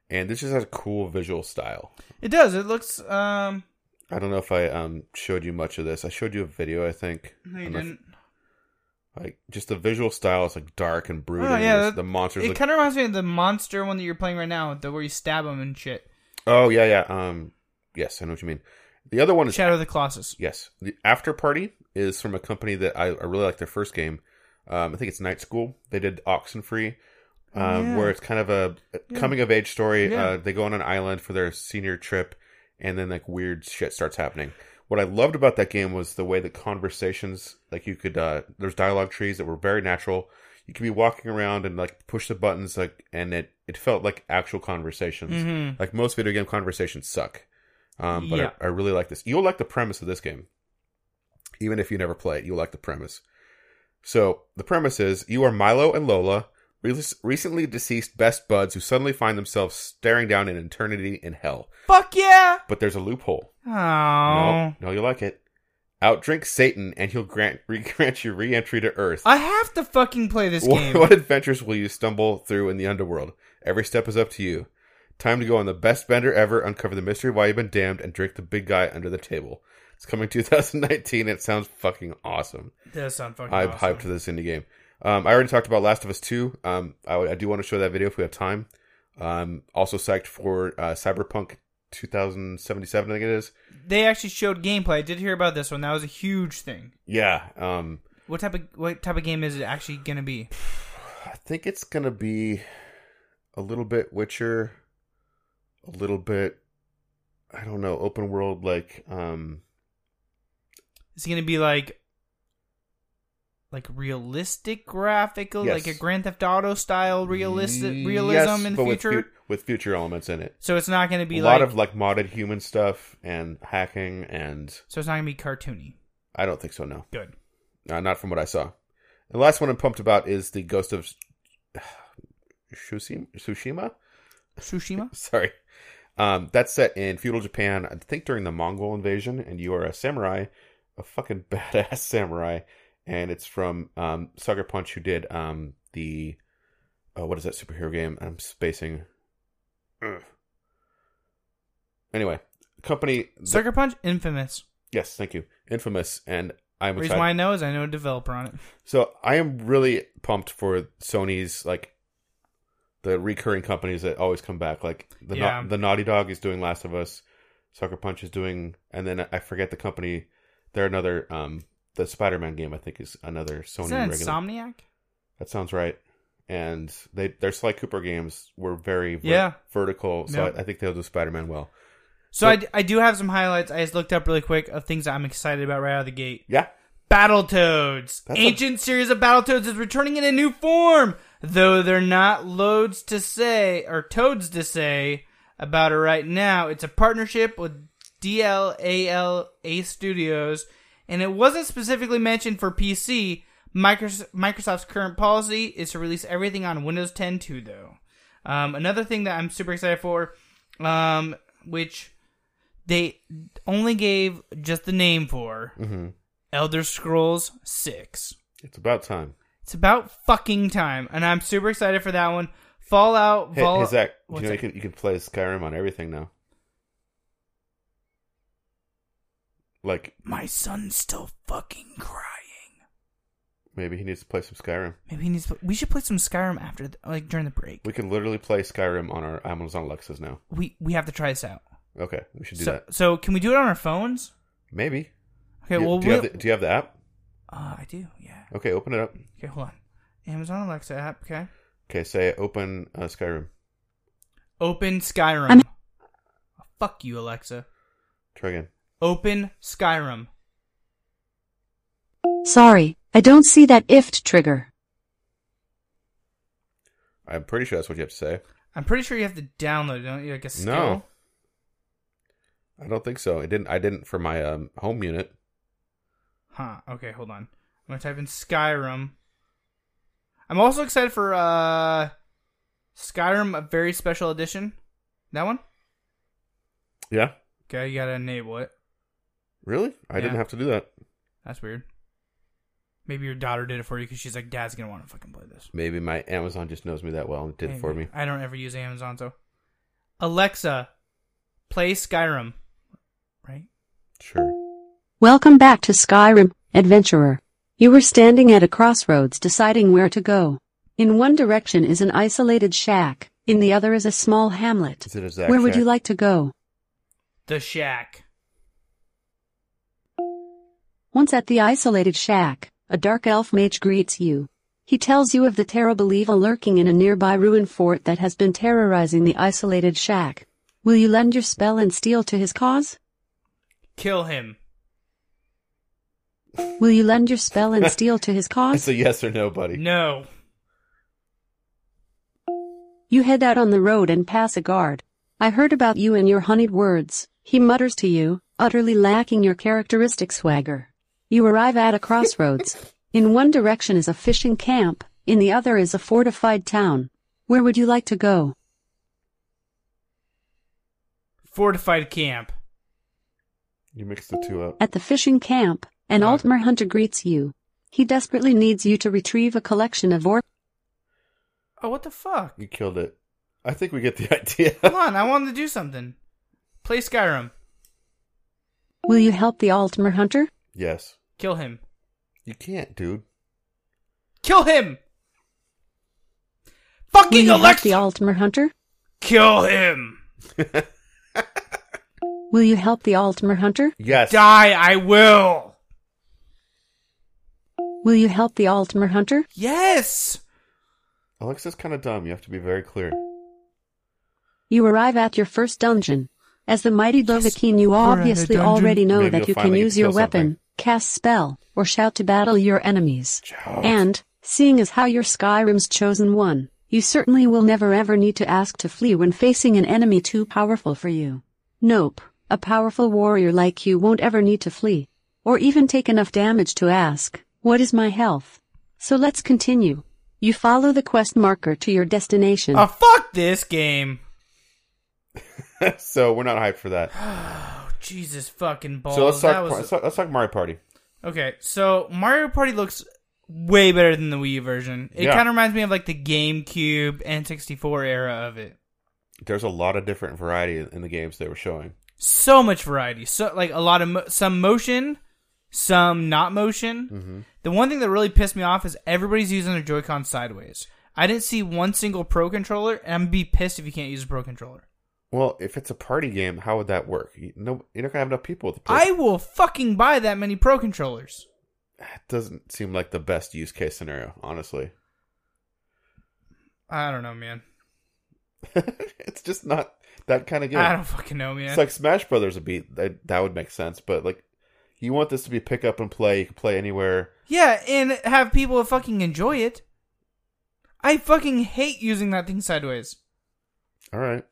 Speaker 4: And this just has a cool visual style.
Speaker 3: It does. It looks. Um.
Speaker 4: I don't know if I um showed you much of this. I showed you a video, I think.
Speaker 3: No, you
Speaker 4: I don't know if-
Speaker 3: didn't.
Speaker 4: Like just the visual style is like dark and brooding.
Speaker 3: Oh, yeah,
Speaker 4: There's-
Speaker 3: that-
Speaker 4: the monsters
Speaker 3: It
Speaker 4: look
Speaker 3: kind of reminds me of the monster one that you're playing right now, the where you stab him and shit.
Speaker 4: Oh yeah, yeah. Um, yes, I know what you mean. The other one is
Speaker 3: Shadow of the Colossus.
Speaker 4: yes. The After Party is from a company that I, I really like their first game. Um, I think it's Night School. They did Oxenfree, um,
Speaker 3: Oh, yeah.
Speaker 4: where it's kind of a coming of age story.
Speaker 3: Yeah.
Speaker 4: Uh, they go on an island for their senior trip, and then like weird shit starts happening. What I loved about that game was the way the conversations, like you could, uh, there's dialogue trees that were very natural. You could be walking around and like push the buttons, like, and it it felt like actual conversations.
Speaker 3: Mhm.
Speaker 4: Like most video game conversations suck, um, but
Speaker 3: Yeah.
Speaker 4: I, I really like this. You'll like the premise of this game, even if you never play it. You'll like the premise. So the premise is you are Milo and Lola, re- recently deceased best buds who suddenly find themselves staring down an eternity in hell.
Speaker 3: Fuck yeah!
Speaker 4: But there's a loophole.
Speaker 3: Oh.
Speaker 4: No, no, you like it. Outdrink Satan, and he'll grant (laughs) re- grant you re-entry to Earth.
Speaker 3: I have to fucking play this
Speaker 4: What,
Speaker 3: game.
Speaker 4: what adventures will you stumble through in the underworld? Every step is up to you. Time to go on the best bender ever, uncover the mystery of why you've been damned, and drink the big guy under the table. It's coming (laughs) 2019. It sounds fucking awesome.
Speaker 3: That does sound fucking
Speaker 4: I'm
Speaker 3: awesome.
Speaker 4: hyped for this indie game. Um, I already talked about Last of Us 2. Um, I, I do want to show that video if we have time. Um, also psyched for uh, Cyberpunk 2077, I think it is.
Speaker 3: They actually showed gameplay. I did hear about this one. That was a huge thing.
Speaker 4: Yeah. Um,
Speaker 3: What type of what type of game is it actually gonna be?
Speaker 4: I think it's going to be a little bit Witcher, a little bit, I don't know, open world, like, um,
Speaker 3: Is it gonna be like like realistic graphical,
Speaker 4: Yes.
Speaker 3: like a Grand Theft Auto style realistic
Speaker 4: yes,
Speaker 3: realism in the
Speaker 4: but with
Speaker 3: future?
Speaker 4: fu- with future elements in it.
Speaker 3: so it's not gonna be
Speaker 4: a lot
Speaker 3: like
Speaker 4: of like modded human stuff and hacking, and
Speaker 3: so it's not gonna be cartoony.
Speaker 4: I don't think so. No,
Speaker 3: Good.
Speaker 4: Uh, not from what I saw. The last one I'm pumped about is the Ghost of Tsushima. Tsushima?
Speaker 3: Tsushima?
Speaker 4: (laughs) Sorry. Um, that's set in feudal Japan, I think during the Mongol invasion, and you are a samurai, a fucking (laughs) badass samurai, and it's from um, Sucker Punch, who did um, the oh, what is that superhero game? I'm spacing. Ugh. Anyway, company
Speaker 3: Sucker Punch? Infamous.
Speaker 4: Yes, thank you. Infamous, and I'm
Speaker 3: Reason
Speaker 4: excited.
Speaker 3: why I know is I know a developer on it.
Speaker 4: So I am really pumped for Sony's like the recurring companies that always come back. Like the Na-
Speaker 3: Yeah.
Speaker 4: the Naughty Dog is doing Last of Us, Sucker Punch is doing, and then I forget the company. They're another um the Spider Man game I think is another Sony
Speaker 3: Is that
Speaker 4: regular.
Speaker 3: Insomniac?
Speaker 4: that sounds right. And they their Sly Cooper games were very ver-
Speaker 3: Yeah.
Speaker 4: vertical, so
Speaker 3: Yeah.
Speaker 4: I, I think they'll do Spider Man well.
Speaker 3: So I, d- I do have some highlights. I just looked up really quick of things that I'm excited about right out of the gate.
Speaker 4: Yeah,
Speaker 3: Battletoads.
Speaker 4: That's a-
Speaker 3: Ancient series of Battletoads is returning in a new form, though they're not loads to say or toads to say about it right now. It's a partnership with DLALA Studios, and it wasn't specifically mentioned for PC. Micros- Microsoft's current policy is to release everything on Windows 10 too, though. Um, another thing that I'm super excited for, um, which they only gave just the name for, Elder Scrolls 6.
Speaker 4: it's about time.
Speaker 3: It's about fucking time, and I'm super excited for that one. Fallout.
Speaker 4: Hey,
Speaker 3: Vol-
Speaker 4: hey Zach, do you
Speaker 3: What's
Speaker 4: know you
Speaker 3: that?
Speaker 4: can you can play Skyrim on everything now. Like
Speaker 3: My son's still fucking crying.
Speaker 4: Maybe he needs to play some Skyrim.
Speaker 3: Maybe he needs. To- we should play some Skyrim after, the, like during the break.
Speaker 4: We can literally play Skyrim on our Amazon Alexas now.
Speaker 3: We we have to try this out.
Speaker 4: Okay, we should do
Speaker 3: so
Speaker 4: that.
Speaker 3: so can we do it on our phones?
Speaker 4: Maybe.
Speaker 3: Okay.
Speaker 4: do,
Speaker 3: well,
Speaker 4: do you have
Speaker 3: we'll-
Speaker 4: the, do you have the app?
Speaker 3: uh, I do. Yeah.
Speaker 4: Okay, open it up.
Speaker 3: Okay, hold on. Amazon Alexa app. Okay.
Speaker 4: Okay, say open uh, Skyrim.
Speaker 3: Open Skyrim. Oh, Fuck you, Alexa.
Speaker 4: Try again.
Speaker 3: Open Skyrim.
Speaker 6: Sorry, I don't see that IFT trigger.
Speaker 4: I'm pretty sure that's what you have to say.
Speaker 3: I'm pretty sure you have to download, it, don't you? Like a skill.
Speaker 4: No. I don't think so. I didn't. I didn't for my um, home unit.
Speaker 3: Huh. Okay, hold on. I'm gonna type in Skyrim. I'm also excited for uh Skyrim a very special edition. That one?
Speaker 4: Yeah.
Speaker 3: Okay, you gotta enable it.
Speaker 4: Really? I
Speaker 3: Yeah.
Speaker 4: didn't have to do that.
Speaker 3: That's weird. Maybe your daughter did it for you because she's like, Dad's gonna want to fucking play this.
Speaker 4: Maybe my Amazon just knows me that well and did it for
Speaker 3: Maybe.
Speaker 4: me.
Speaker 3: I don't ever use Amazon, so Alexa, play Skyrim. Right?
Speaker 4: Sure.
Speaker 6: Welcome back to Skyrim, adventurer. You were standing at a crossroads deciding where to go. In one direction is an isolated shack, in the other is a small hamlet.
Speaker 4: Is it a Zach
Speaker 6: Where would
Speaker 4: shack?
Speaker 6: you like to go?
Speaker 3: The Shack.
Speaker 6: Once at the isolated shack, a dark elf mage greets you. He tells you of the terrible evil lurking in a nearby ruined fort that has been terrorizing the isolated shack. Will you lend your spell and steel to his cause?
Speaker 3: Kill him.
Speaker 6: Will you lend your spell and steel to his
Speaker 4: It's
Speaker 6: cause?
Speaker 4: a yes or no, buddy.
Speaker 3: No.
Speaker 6: You head out on the road and pass a guard. I heard about you and your honeyed words, he mutters to you, utterly lacking your characteristic swagger. You arrive at a crossroads. In one direction is a fishing camp, in the other is a fortified town. Where would you like to go?
Speaker 3: Fortified camp.
Speaker 4: You mixed the two up.
Speaker 6: At the fishing camp, an
Speaker 3: Ah.
Speaker 6: Altmer hunter greets you. He desperately needs you to retrieve a collection of orc.
Speaker 3: Oh, what the
Speaker 4: (laughs)
Speaker 3: fuck?
Speaker 4: You killed it. I think we get the (laughs) idea.
Speaker 3: Hold on, I wanted to do something. Play Skyrim.
Speaker 6: Will you help the Altmer hunter?
Speaker 4: yes.
Speaker 3: Kill him.
Speaker 4: You can't, dude.
Speaker 3: Kill him!
Speaker 6: Will
Speaker 3: Fucking
Speaker 6: you help the
Speaker 3: Alexa!
Speaker 6: Altmer hunter?
Speaker 3: Kill him!
Speaker 6: Will you help the Altmer hunter?
Speaker 4: Yes.
Speaker 3: Die, I will!
Speaker 6: Will you help the Altmer hunter?
Speaker 3: Yes!
Speaker 4: Alexa's kind of dumb. You have to be very clear.
Speaker 6: You arrive at your first dungeon. As the mighty Dovahkiin, you obviously already know
Speaker 4: Maybe
Speaker 6: that
Speaker 4: you'll
Speaker 6: you can
Speaker 4: finally
Speaker 6: use your
Speaker 4: kill something.
Speaker 6: weapon, cast spell, or shout to battle your enemies.
Speaker 4: Chow.
Speaker 6: And, seeing as how you're Skyrim's chosen one, you certainly will never ever need to ask to flee when facing an enemy too powerful for you. Nope, a powerful warrior like you won't ever need to flee. Or even take enough damage to ask, what is my health? So let's continue. You follow the quest marker to your destination.
Speaker 3: Oh, fuck this game.
Speaker 4: (laughs) so we're not hyped for that.
Speaker 3: Oh, Jesus fucking balls.
Speaker 4: so let's
Speaker 3: that
Speaker 4: talk, let's
Speaker 3: was...
Speaker 4: talk. Let's talk Mario Party.
Speaker 3: Okay, so Mario Party looks way better than the Wii version. It
Speaker 4: Yeah.
Speaker 3: kind of reminds me of like the GameCube and 64 era of it.
Speaker 4: There's a lot of different variety in the games they were showing.
Speaker 3: So much variety. So like a lot of mo- some motion, some not motion.
Speaker 4: Mm-hmm.
Speaker 3: The one thing that really pissed me off is everybody's using their Joy-Con sideways. I didn't see one single Pro controller, and I'm gonna be pissed if you can't use a Pro controller.
Speaker 4: Well, if it's a party game, how would that work? You, no, you're not gonna have enough people to play.
Speaker 3: I will fucking buy that many Pro controllers.
Speaker 4: It doesn't seem like the best use case scenario, honestly. (laughs)
Speaker 3: I don't know, man.
Speaker 4: it's just not that kind of game.
Speaker 3: I don't fucking know, man.
Speaker 4: It's like Smash Brothers would be that, that would make sense, but like you want this to be pick up and play. You can play anywhere.
Speaker 3: yeah, and have people fucking enjoy it. I fucking hate using that thing sideways.
Speaker 4: All right,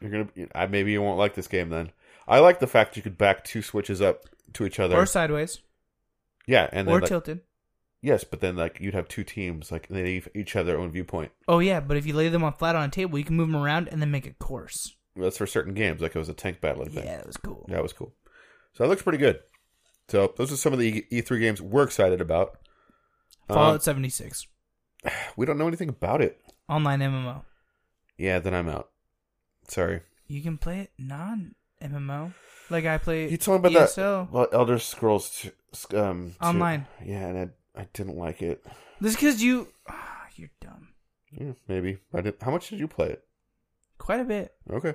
Speaker 4: you're gonna. I maybe you won't like this game then. I like the fact you could back two switches up to each other.
Speaker 3: Or sideways.
Speaker 4: yeah, and then
Speaker 3: or
Speaker 4: like-
Speaker 3: tilted.
Speaker 4: yes, but then like you'd have two teams, like they each- each have their own viewpoint.
Speaker 3: Oh yeah, but if you lay them on flat on a table, you can move them around and then make a course.
Speaker 4: That's for certain games, like it was a tank battling thing.
Speaker 3: Yeah, that was cool.
Speaker 4: That was cool. So that looks pretty good. So those are some of the E3 games we're excited about. Um,
Speaker 3: Fallout 76
Speaker 4: we don't know anything about it.
Speaker 3: online MMO.
Speaker 4: Yeah, then I'm out. Sorry.
Speaker 3: You can play it non MMO, like I play. E
Speaker 4: You told me about
Speaker 3: ESO.
Speaker 4: that well, Elder Scrolls t- um, two.
Speaker 3: Online.
Speaker 4: Yeah, and I, I didn't like it.
Speaker 3: This because you, ah, you're dumb.
Speaker 4: Yeah, maybe. I did. How much did you play it?
Speaker 3: Quite a bit.
Speaker 4: Okay,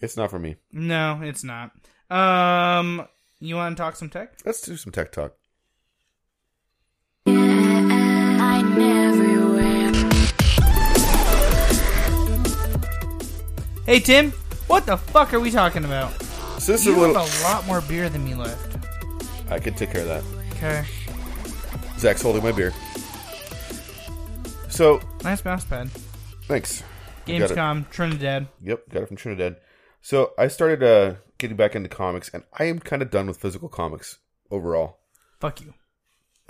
Speaker 4: it's not for me.
Speaker 3: No, it's not. Um, you want to talk some tech?
Speaker 4: Let's do some tech talk.
Speaker 3: Hey Tim, what the fuck are we talking about?
Speaker 4: So this
Speaker 3: you
Speaker 4: is a little.
Speaker 3: have a lot more beer than me left.
Speaker 4: I could take care of that.
Speaker 3: Okay,
Speaker 4: Zach's holding my beer. So
Speaker 3: nice mouse pad.
Speaker 4: thanks. I got it.
Speaker 3: Gamescom Trinidad.
Speaker 4: Yep, got it from Trinidad. So I started uh, getting back into comics, and I am kind of done with physical comics overall.
Speaker 3: Fuck you.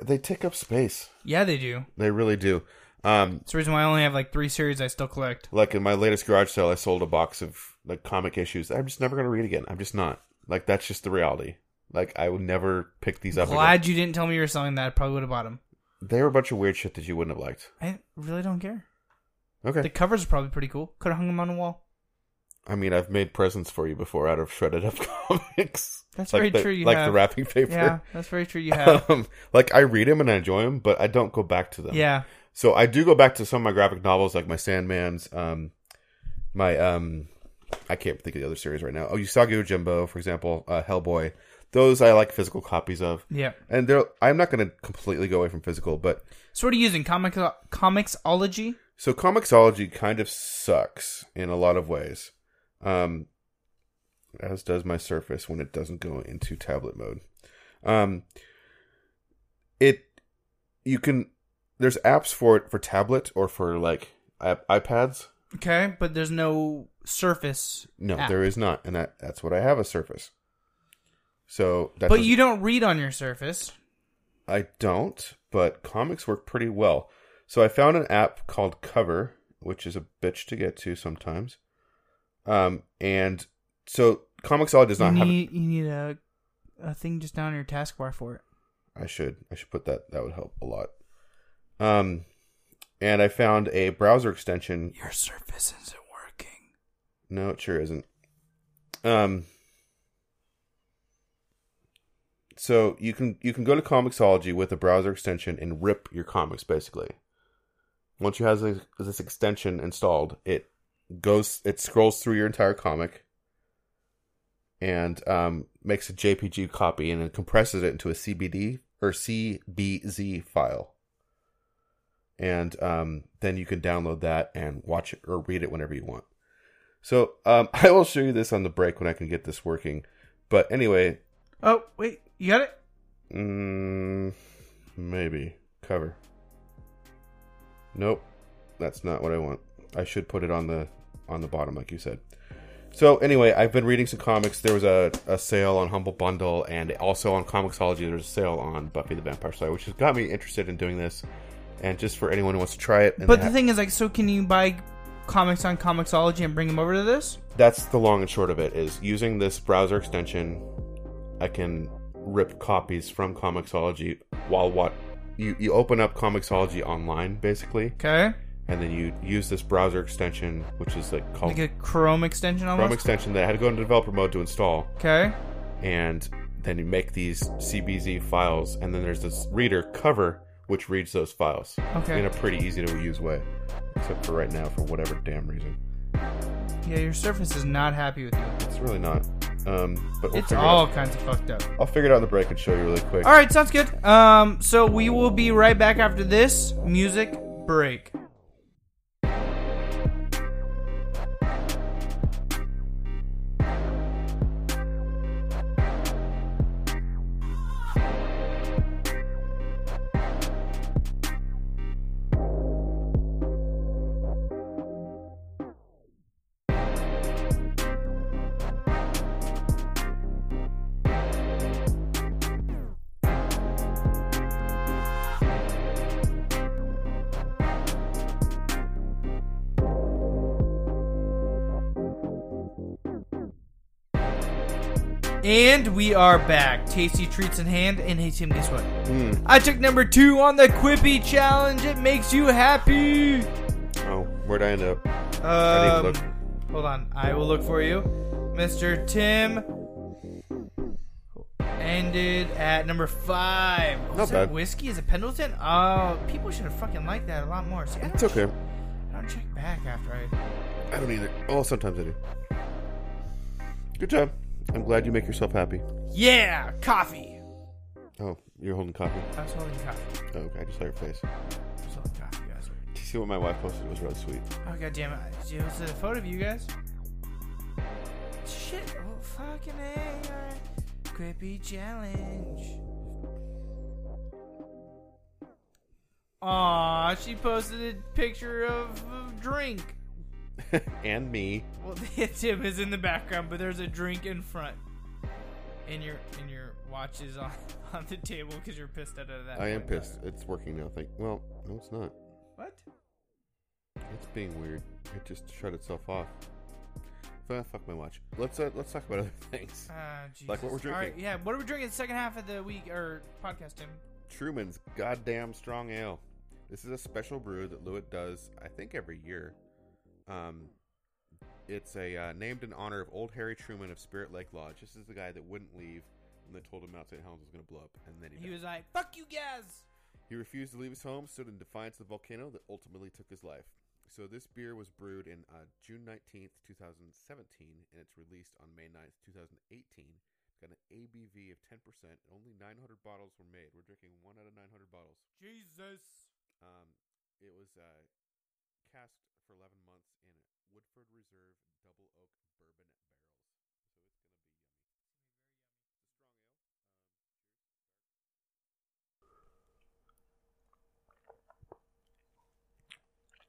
Speaker 4: They take up space.
Speaker 3: Yeah, they do.
Speaker 4: They really do. Um,
Speaker 3: It's the reason why I only have like three series I still collect.
Speaker 4: like in my latest garage sale, I sold a box of like comic issues. that I'm just never going to read again. I'm just not. Like that's just the reality. Like I would never pick these up. Again.
Speaker 3: Glad you didn't tell me you were selling that. I probably would have bought them.
Speaker 4: They were a bunch of weird shit that you wouldn't have liked.
Speaker 3: I really don't care.
Speaker 4: Okay.
Speaker 3: The covers are probably pretty cool. Could have hung them on a wall.
Speaker 4: I mean, I've made presents for you before out of shredded up (laughs) comics.
Speaker 3: That's
Speaker 4: like
Speaker 3: very
Speaker 4: the,
Speaker 3: true, you
Speaker 4: like the
Speaker 3: have.
Speaker 4: wrapping paper.
Speaker 3: Yeah, that's very
Speaker 4: (laughs)
Speaker 3: true. You have.
Speaker 4: um, like I read them and I enjoy them, but I don't go back to them.
Speaker 3: yeah.
Speaker 4: So I do go back to some of my graphic novels, like my Sandman's, um, my um, I can't think of the other series right now. Oh, Usagi Ojimbo, for example, uh, Hellboy. Those I like physical copies of,
Speaker 3: Yeah.
Speaker 4: and they're I'm not going to completely go away from physical, but
Speaker 3: So what are you using? Comic comicsology?
Speaker 4: so comicsology kind of sucks in a lot of ways, um, as does my Surface when it doesn't go into tablet mode. Um, it you can there's apps for it for tablet or for like iP- iPads.
Speaker 3: Okay, but there's no surface.
Speaker 4: No,
Speaker 3: app.
Speaker 4: there is not, and that that's what I have a Surface. So, that
Speaker 3: but
Speaker 4: does-
Speaker 3: you don't read on your surface.
Speaker 4: I don't, but comics work pretty well. So I found an app called Cover, which is a bitch to get to sometimes. Um, and so Comicsology does
Speaker 3: you
Speaker 4: not have.
Speaker 3: need you need a a thing just down on your taskbar for it.
Speaker 4: I should I should put that. That would help a lot. Um, and I found a browser extension
Speaker 3: Your surface isn't working.
Speaker 4: No, it sure isn't. Um So you can you can go to Comixology with a browser extension and rip your comics basically. Once you have this, this extension installed, it goes it scrolls through your entire comic and um, makes a JPG copy and then compresses it into a CBD or CBZ file. And um, then you can download that and watch it or read it whenever you want. So um, (laughs) I will show you this on the break when I can get this working. But anyway,
Speaker 3: Oh wait, you got it.
Speaker 4: mm, maybe cover. Nope, that's not what I want. I should put it on the on the bottom, like you said. So anyway, I've been reading some comics. There was a, a sale on Humble Bundle, and also on Comixology, there's a sale on Buffy the Vampire Slayer, which has got me interested in doing this. And just for anyone who wants to try it, and
Speaker 3: But the
Speaker 4: ha-
Speaker 3: thing is, like, so can you buy comics on comicsology and bring them over to this?
Speaker 4: that's the long and short of it is using this browser extension i can rip copies from comixology while what you, you open up comixology online basically
Speaker 3: Okay,
Speaker 4: and then you use this browser extension which is like called
Speaker 3: like a Chrome extension
Speaker 4: Oh. chrome
Speaker 3: almost.
Speaker 4: extension that i had to go into developer mode to install
Speaker 3: okay,
Speaker 4: and Then you make these CBZ files, and then there's this reader cover which reads those files
Speaker 3: Okay.
Speaker 4: in a pretty easy to use way. Except for right now, for whatever damn reason,
Speaker 3: Yeah, your Surface is not happy with you.
Speaker 4: it's really not. Um, but we'll
Speaker 3: It's
Speaker 4: figure it
Speaker 3: all
Speaker 4: out.
Speaker 3: kinds of fucked up.
Speaker 4: I'll figure it out in the break and show you really quick.
Speaker 3: All right, sounds good. Um, so we will be right back after this music break. And we are back. Tasty treats in hand. And hey, Tim, guess what?
Speaker 4: Hmm.
Speaker 3: I took number two on the Quippy challenge. It makes you happy.
Speaker 4: Oh, where'd I end up? I
Speaker 3: Um,
Speaker 4: need to look.
Speaker 3: hold on. I will look for you. Mr. Tim ended at number five. Was that
Speaker 4: bad.
Speaker 3: Whiskey is a Pendleton? Oh, people should have fucking liked that a lot more. See, I don't,
Speaker 4: It's okay.
Speaker 3: I don't check back after I.
Speaker 4: I don't either. Oh, sometimes I do. Good job. I'm glad you make yourself happy.
Speaker 3: Yeah, coffee.
Speaker 4: Oh, you're holding coffee.
Speaker 3: I was holding coffee.
Speaker 4: Oh, okay, I just saw your face.
Speaker 3: I was holding coffee, guys.
Speaker 4: Did you see what my wife posted? It was really sweet. (laughs)
Speaker 3: Oh god damn it! It was a photo of you guys. Shit! Oh fucking a! alright. Quippy challenge. Aw, she posted a picture of a drink.
Speaker 4: and me.
Speaker 3: Well, (laughs) the Tim is in the background, but there's a drink in front. And your and your watch is on (laughs) on the table because you're pissed out of that.
Speaker 4: I am pissed. It's working now. Thank. Well, no, it's not.
Speaker 3: What?
Speaker 4: It's being weird. It just shut itself off. Ah, fuck my watch. Let's uh, let's talk about other (laughs) things.
Speaker 3: Ah, Jesus.
Speaker 4: Like what we're
Speaker 3: All right,
Speaker 4: drinking.
Speaker 3: yeah. What are we drinking the second half of the week or podcast, Tim?
Speaker 4: Truman's goddamn strong ale. This is a special brew that Lewitt does, I think, every year. Um, it's a uh, named in honor of Old Harry Truman of Spirit Lake Lodge. This is the guy that wouldn't leave when they told him Mount St. Helens was going to blow up, and then he,
Speaker 3: He
Speaker 4: died.
Speaker 3: was like, "Fuck you guys."
Speaker 4: He refused to leave his home, stood in defiance of the volcano that ultimately took his life. So this beer was brewed in uh, June 19th, 2017, and it's released on May 9th, 2018. It's got an ABV of 10%. and Only 900 bottles were made. We're drinking one out of 900 bottles.
Speaker 3: Jesus.
Speaker 4: Um, it was uh, cast for 11 months in Woodford Reserve double oak bourbon barrels.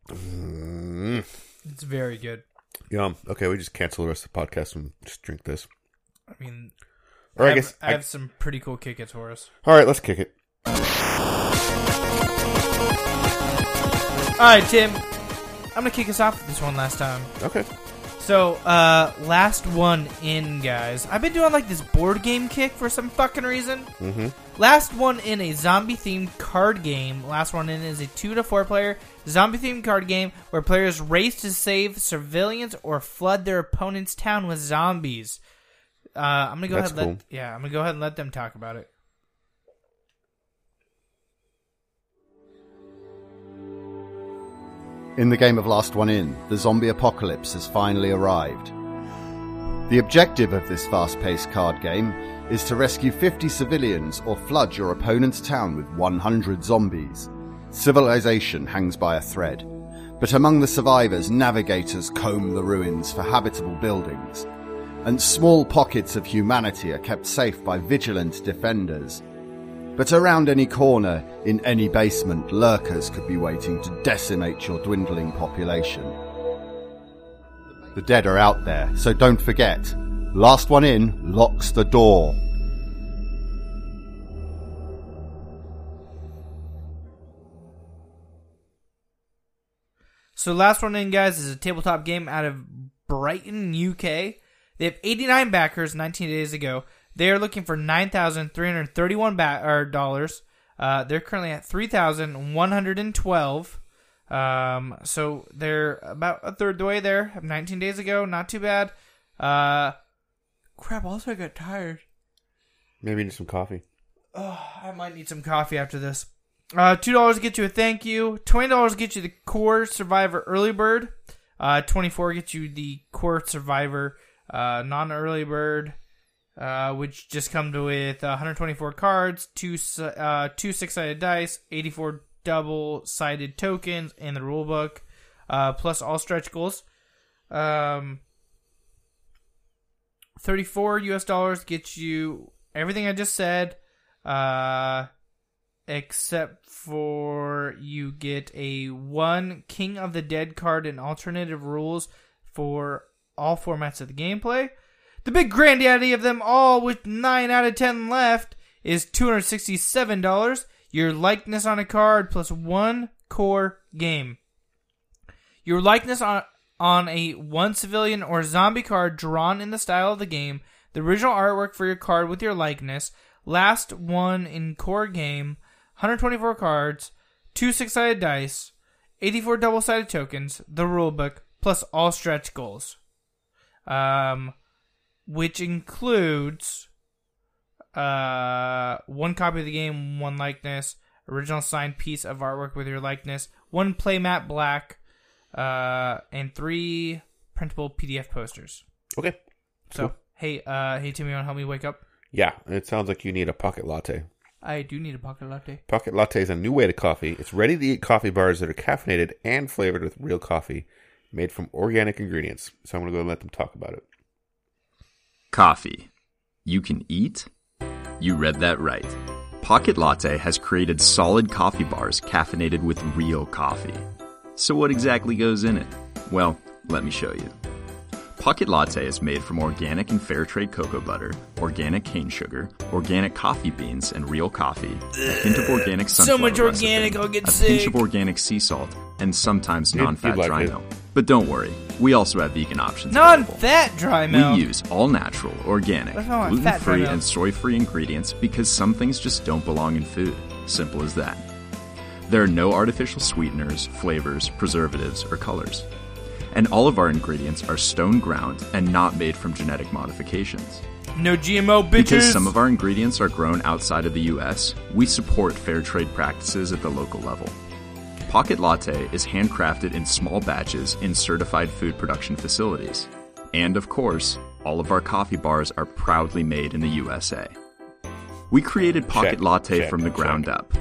Speaker 4: So it's going to be
Speaker 3: It's very good.
Speaker 4: (laughs) Yum. Okay, we just cancel the rest of the podcast and just drink this.
Speaker 3: I mean,
Speaker 4: Or I,
Speaker 3: I, have,
Speaker 4: guess.
Speaker 3: I
Speaker 4: I
Speaker 3: have some pretty cool kick at Taurus.
Speaker 4: all right, let's kick it.
Speaker 3: All right, Tim. I'm gonna kick us off with this one last time.
Speaker 4: Okay.
Speaker 3: So, uh, last one in, guys. I've been doing like this board game kick for some fucking reason.
Speaker 4: Mm-hmm.
Speaker 3: Last one in a zombie themed card game. Last one in is a two to four player zombie themed card game where players race to save civilians or flood their opponent's town with zombies. Uh, I'm gonna go
Speaker 4: That's
Speaker 3: ahead. And
Speaker 4: cool.
Speaker 3: let, yeah, I'm gonna go ahead and let them talk about it.
Speaker 7: In the game of Last One In, the zombie apocalypse has finally arrived. The objective of this fast paced card game is to rescue 50 civilians or flood your opponent's town with 100 zombies. Civilization hangs by a thread. But among the survivors, navigators comb the ruins for habitable buildings. And small pockets of humanity are kept safe by vigilant defenders. But around any corner, in any basement, lurkers could be waiting to decimate your dwindling population. The dead are out there, so don't forget. Last one in locks the door.
Speaker 3: So last one in, guys, is a tabletop game out of Brighton, UK. They have 89 backers 19 days ago. They are looking for nine thousand three hundred thirty-one ba- or dollars. Uh, they're currently at three thousand one hundred and twelve. Um, so they're about a third the way there. of 19 days ago, not too bad. Uh, crap. Also, I got tired.
Speaker 4: Maybe need some coffee.
Speaker 3: I might need some coffee after this. Uh, two dollars get you a thank you. Twenty dollars get you the core survivor early bird. Uh, twenty four gets you the core survivor uh, non early bird, uh, which just comes with one hundred twenty four cards, two si- uh, two six sided dice, eighty four double sided tokens, and the rule book, uh, plus all stretch goals. Um, 34 US dollars gets you everything I just said, uh, except for you get a one King of the Dead card and alternative rules for all formats of the gameplay. The big granddaddy of them all, with 9 out of 10 left, is $267. Your likeness on a card plus one core game. Your likeness on on a one civilian or zombie card drawn in the style of the game, the original artwork for your card with your likeness, last one in core game, 124 cards, two six-sided dice, 84 double-sided tokens, the rulebook, plus all stretch goals. Um which includes uh, one copy of the game, one likeness, original signed piece of artwork with your likeness, one playmat black, uh, and three printable PDF posters.
Speaker 4: Okay.
Speaker 3: So,
Speaker 4: Cool.
Speaker 3: hey, uh, hey Timmy, you want to help me wake up?
Speaker 4: Yeah, it sounds like you need a pocket latte.
Speaker 3: I do need a pocket latte.
Speaker 4: Pocket latte is a new way to coffee. It's ready to eat coffee bars that are caffeinated and flavored with real coffee, made from organic ingredients. So I'm going to go and let them talk about it.
Speaker 8: Coffee. You can eat? You read that right. Pocket Latte has created solid coffee bars caffeinated with real coffee. So, what exactly goes in it? Well, let me show you. Pocket Latte is made from organic and fair trade cocoa butter, organic cane sugar, organic coffee beans, and real coffee, a hint of organic sunflower
Speaker 3: much organic,
Speaker 8: recipe,
Speaker 3: I'll get
Speaker 8: a pinch
Speaker 3: sick.
Speaker 8: of organic sea salt, and sometimes
Speaker 4: You'd- you'd
Speaker 8: non fat
Speaker 4: like
Speaker 8: dry
Speaker 4: it.
Speaker 8: milk. But don't worry, we also have vegan options. available.
Speaker 3: Non-fat dry milk.
Speaker 8: We use all natural, organic,
Speaker 3: That's not like
Speaker 8: gluten
Speaker 3: fat
Speaker 8: free,
Speaker 3: right now.
Speaker 8: and soy free ingredients because some things just don't belong in food. Simple as that. There are no artificial sweeteners, flavors, preservatives, or colors. And all of our ingredients are stone ground and not made from genetic modifications.
Speaker 3: no GMO bitches.
Speaker 8: Because some of our ingredients are grown outside of the US, we support fair trade practices at the local level. Pocket Latte is handcrafted in small batches in certified food production facilities. And of course, all of our coffee bars are proudly made in the USA. We created Pocket
Speaker 4: Check,
Speaker 8: Latte
Speaker 4: check,
Speaker 8: from the ground
Speaker 4: check.
Speaker 8: up.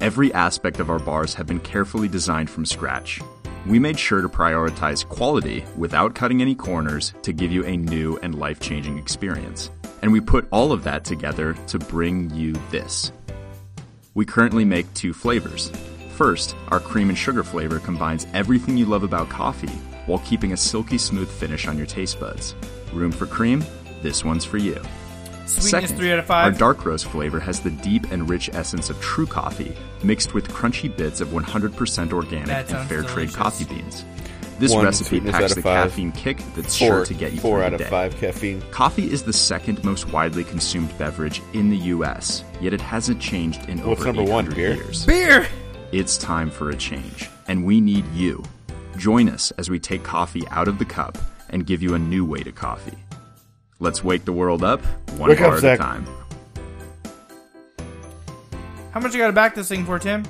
Speaker 8: Every aspect of our bars have been carefully designed from scratch. We made sure to prioritize quality without cutting any corners to give you a new and life changing experience. And we put all of that together to bring you this. We currently make two flavors. First, our cream and sugar flavor combines everything you love about coffee while keeping a silky smooth finish on your taste buds. Room for cream? This one's for you.
Speaker 3: Sweetness
Speaker 8: Second,
Speaker 3: three out of five.
Speaker 8: Our dark roast flavor has the deep and rich essence of true coffee mixed with crunchy bits of 100% organic
Speaker 3: That
Speaker 8: and
Speaker 3: sounds
Speaker 8: fair trade
Speaker 3: delicious.
Speaker 8: coffee beans. This
Speaker 4: One,
Speaker 8: recipe
Speaker 4: sweetness out
Speaker 8: packs
Speaker 4: of
Speaker 8: the
Speaker 4: five.
Speaker 8: caffeine kick that's
Speaker 4: Four,
Speaker 8: sure to get you
Speaker 4: four
Speaker 8: through
Speaker 4: out
Speaker 8: the
Speaker 4: of
Speaker 8: day.
Speaker 4: five caffeine.
Speaker 8: Coffee is the second most widely consumed beverage in the US, yet it hasn't changed in
Speaker 4: What's
Speaker 8: over
Speaker 4: number one,
Speaker 8: 800
Speaker 4: beer?
Speaker 8: years.
Speaker 3: beer.
Speaker 8: It's time for a change, and we need you. Join us as we take coffee out of the cup and give you a new way to coffee. Let's wake the world up, one
Speaker 4: Wake
Speaker 8: bar
Speaker 4: up,
Speaker 8: at
Speaker 4: Zach.
Speaker 8: a time.
Speaker 3: How much you got to back this thing for, Tim?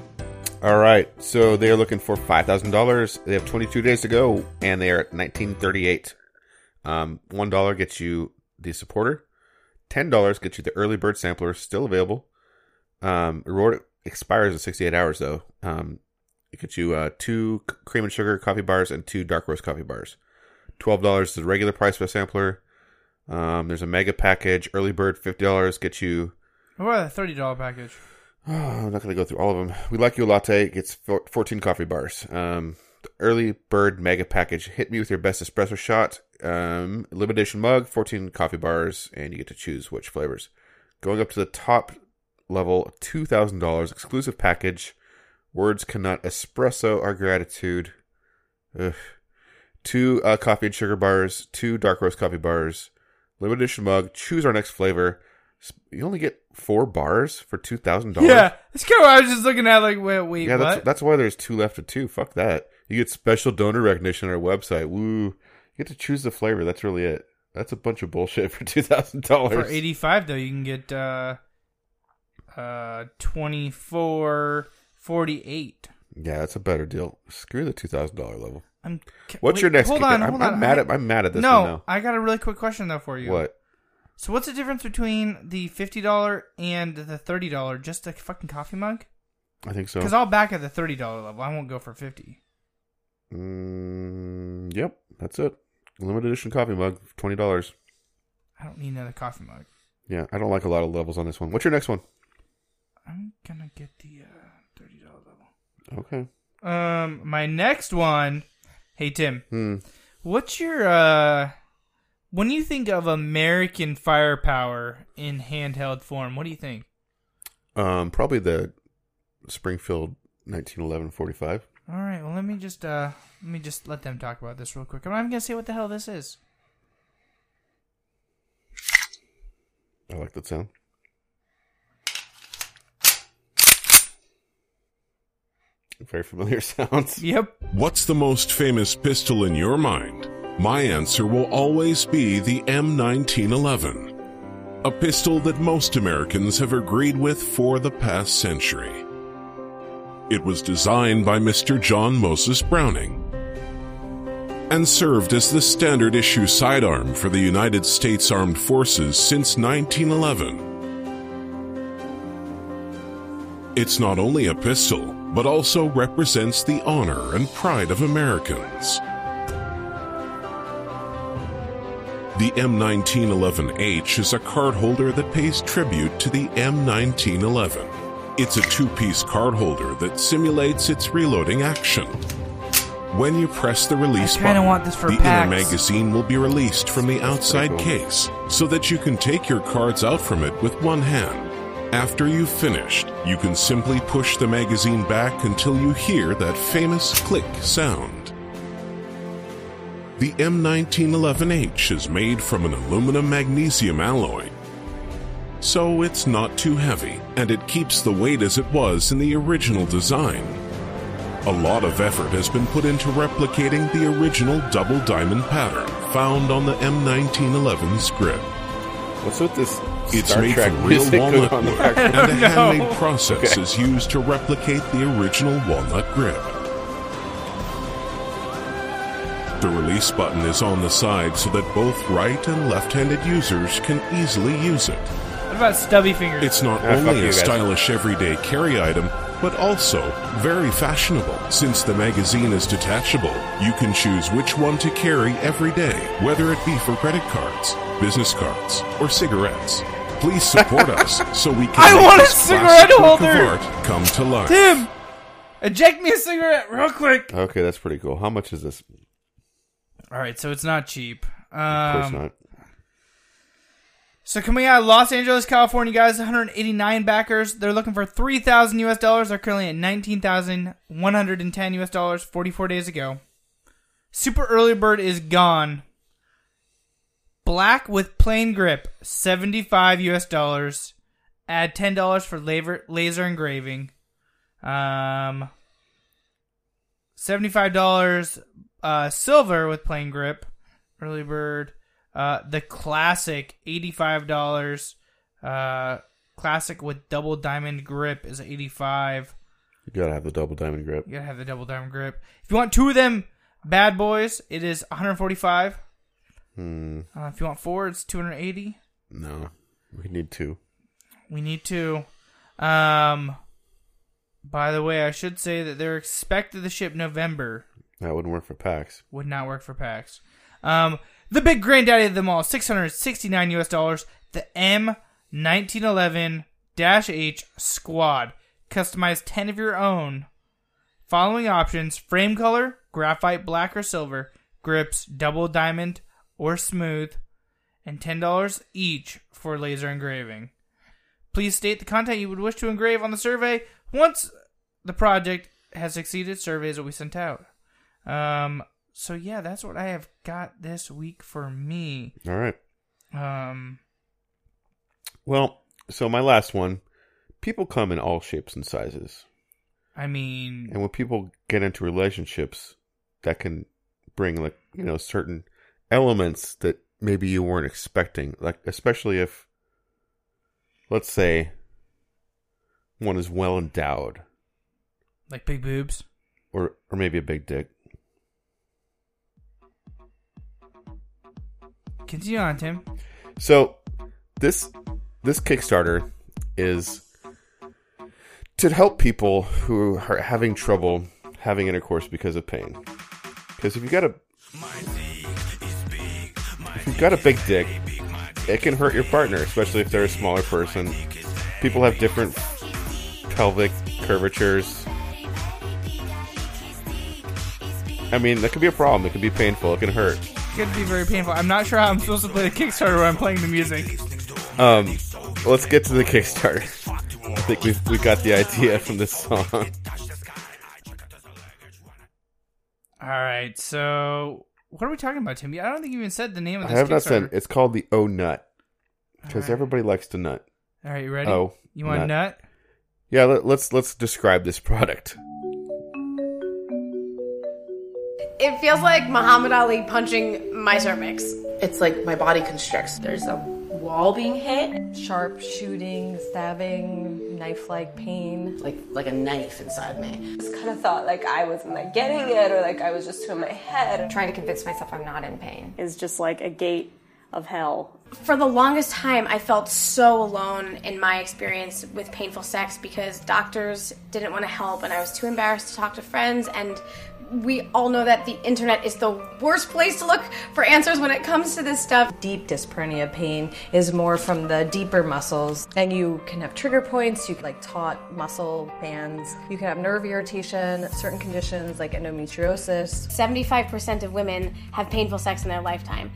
Speaker 4: All right. So they are looking for five thousand dollars. They have twenty two days to go, and they are at nineteen thirty eight. Um, one dollar gets you the supporter. Ten dollars gets you the early bird sampler, still available. Um, reward expires in sixty eight hours though. Um, it gets you uh, two c- cream and sugar coffee bars and two dark roast coffee bars. Twelve dollars is the regular price for a sampler. Um, there's a mega package. Early bird fifty dollars gets you
Speaker 3: What about the thirty dollar package?
Speaker 4: Oh, (sighs) I'm not going to go through all of them. We like you a latte. It gets four- 14 coffee bars. Um, the early bird mega package. Hit me with your best espresso shot. Um, limited edition mug, 14 coffee bars, and you get to choose which flavors. Going up to the top level, $2,000 exclusive package. Words cannot espresso our gratitude. Ugh. Two uh, coffee and sugar bars, two dark roast coffee bars, limited edition mug. Choose our next flavor. S- You only get four bars for two thousand dollars.
Speaker 3: Yeah, that's kind of what I was just looking at. Like, wait, wait,
Speaker 4: yeah. That's
Speaker 3: what?
Speaker 4: that's why there's two left of two. Fuck that. You get special donor recognition on our website. Woo! You get to choose the flavor. That's really it. That's a bunch of bullshit for (laughs) two thousand dollars.
Speaker 3: For eighty five though, you can get uh, uh, twenty four forty eight.
Speaker 4: Yeah, that's a better deal. Screw the two thousand dollar level.
Speaker 3: I'm.
Speaker 4: What's your next?
Speaker 3: Hold
Speaker 4: compar-
Speaker 3: on,
Speaker 4: I'm,
Speaker 3: hold
Speaker 4: I'm
Speaker 3: on.
Speaker 4: mad
Speaker 3: I-
Speaker 4: at. I'm mad at this.
Speaker 3: no,
Speaker 4: one now.
Speaker 3: I got a really quick question though for you.
Speaker 4: What?
Speaker 3: So what's the difference between the fifty dollar and the thirty dollar? Just a fucking coffee mug?
Speaker 4: I think so.
Speaker 3: Because I'll back at the thirty dollar level. I won't go for fifty.
Speaker 4: Mm, yep, that's it. Limited edition coffee mug, twenty dollars.
Speaker 3: I don't need another coffee mug.
Speaker 4: Yeah, I don't like a lot of levels on this one. What's your next one?
Speaker 3: I'm gonna get the uh, thirty dollar level.
Speaker 4: Okay.
Speaker 3: Um, my next one. Hey Tim,
Speaker 4: Hmm.
Speaker 3: what's your uh? When you think of American firepower in handheld form, what do you think?
Speaker 4: Um, probably the Springfield 1911 45.
Speaker 3: All right, well let me just uh let me just let them talk about this real quick. I'm not even gonna say what the hell this is.
Speaker 4: I like that sound. Very familiar (laughs) sounds.
Speaker 3: Yep.
Speaker 9: What's the most famous pistol in your mind? My answer will always be the M1911, a pistol that most Americans have agreed with for the past century. It was designed by Mr. John Moses Browning and served as the standard issue sidearm for the United States Armed Forces since 1911. It's not only a pistol, but also represents the honor and pride of Americans. The M1911H is a card holder that pays tribute to the M1911. It's a two piece card holder that simulates its reloading action. When you press the release
Speaker 3: I kinda
Speaker 9: button,
Speaker 3: want this for
Speaker 9: the
Speaker 3: packs.
Speaker 9: inner magazine will be released from the outside
Speaker 4: Pretty cool.
Speaker 9: case so that you can take your cards out from it with one hand. After you've finished, you can simply push the magazine back until you hear that famous click sound. The M1911H is made from an aluminum magnesium alloy, so it's not too heavy and it keeps the weight as it was in the original design. A lot of effort has been put into replicating the original double diamond pattern found on the M1911's grip.
Speaker 4: What's with this
Speaker 9: It's
Speaker 4: Star
Speaker 9: made
Speaker 4: Trek
Speaker 9: from real
Speaker 4: music going
Speaker 9: walnut
Speaker 4: on in the
Speaker 9: wood,
Speaker 4: background?
Speaker 9: and
Speaker 4: (laughs)
Speaker 9: (laughs) a handmade process
Speaker 4: Okay.
Speaker 9: is used to replicate the original walnut grip. The release button is on the side so that both right and left-handed users can easily use it.
Speaker 3: What about stubby fingers?
Speaker 9: It's
Speaker 3: (laughs)
Speaker 9: not
Speaker 4: Ah, fuck
Speaker 9: only
Speaker 4: you
Speaker 9: a
Speaker 4: guys.
Speaker 9: stylish everyday carry item, but also very fashionable. Since the magazine is detachable, you can choose which one to carry every day, whether it be for credit cards, business cards, or cigarettes.
Speaker 3: (laughs)
Speaker 9: Please support us so we can
Speaker 3: I
Speaker 9: make
Speaker 3: want a
Speaker 9: this classic
Speaker 3: cigarette
Speaker 9: work of
Speaker 3: holder!
Speaker 9: art come to life.
Speaker 3: Tim, eject me a cigarette real quick.
Speaker 4: Okay, that's pretty cool. How much is this?
Speaker 3: All right, so it's not cheap.
Speaker 4: Of course
Speaker 3: Um,
Speaker 4: not.
Speaker 3: So coming out of Los Angeles, California, guys, 189 backers. They're looking for 3,000 US dollars. They're currently at 19,110 US dollars 44 days ago. Super Early Bird is gone. Black with plain grip, 75 US dollars. Add $10 for laser, laser engraving. Um, $75 uh, silver with plain grip. Early Bird. Uh, the classic, eighty-five dollars. Uh, classic with double diamond grip is eighty-five.
Speaker 4: You gotta have the double diamond grip.
Speaker 3: You gotta have the double diamond grip. If you want two of them, bad boys, it is one hundred forty-five.
Speaker 4: Hmm.
Speaker 3: Uh, if you want four, it's two hundred eighty.
Speaker 4: No, we need two.
Speaker 3: We need to. Um. By the way, I should say that they're expected to ship November.
Speaker 4: That wouldn't work for packs.
Speaker 3: Would not work for PAX. Um, the big granddaddy of them all, 669 US dollars, the M1911 H Squad. Customize 10 of your own. Following options frame color, graphite, black, or silver, grips, double diamond, or smooth, and $10 each for laser engraving. Please state the content you would wish to engrave on the survey. Once the project has succeeded, surveys will be sent out. Um, so yeah, that's what I have got this week for me.
Speaker 4: All right.
Speaker 3: Um,
Speaker 4: Well, so my last one. People come in all shapes and sizes.
Speaker 3: I mean,
Speaker 4: And when people get into relationships, that can bring like, you know, certain elements that maybe you weren't expecting. Like especially if let's say one is well endowed
Speaker 3: Like big boobs.
Speaker 4: or or maybe a big dick.
Speaker 3: Continue on, Tim.
Speaker 4: So this this Kickstarter is to help people who are having trouble having intercourse because of pain. Because if you got a if you've got a big dick, it can hurt your partner, especially if they're a smaller person. People have different pelvic curvatures. I mean, that could be a problem. It could be painful. It can hurt.
Speaker 3: Could be very painful. I'm not sure how I'm supposed to play the Kickstarter when I'm playing the music.
Speaker 4: Um, let's get to the Kickstarter. I think we we got the idea from this song.
Speaker 3: All right, so what are we talking about, Tim? I don't think you even said the name
Speaker 4: I
Speaker 3: of this.
Speaker 4: have not
Speaker 3: Kickstarter.
Speaker 4: said it's called the O Nut because
Speaker 3: Alright.
Speaker 4: everybody likes to nut.
Speaker 3: All right, you ready?
Speaker 4: Oh,
Speaker 3: you want
Speaker 4: nut.
Speaker 3: a nut?
Speaker 4: Yeah, let, let's let's describe this product.
Speaker 10: It feels like Muhammad Ali punching my cervix. It's like my body constricts. There's a wall being hit. Sharp shooting, stabbing, knife-like pain. Like like a knife inside me.
Speaker 11: just kind of thought like I wasn't like getting it or like I was just too in my head. Trying to convince myself I'm not in pain is just like a gate of hell.
Speaker 10: For the longest time, I felt so alone in my experience with painful sex because doctors didn't want to help and I was too embarrassed to talk to friends and we all know that the internet is the worst place to look for answers when it comes to this stuff.
Speaker 12: Deep dyspareunia pain is more from the deeper muscles. And you can have trigger points, you can like taut muscle bands, you can have nerve irritation, certain conditions like endometriosis.
Speaker 10: 75% of women have painful sex in their lifetime.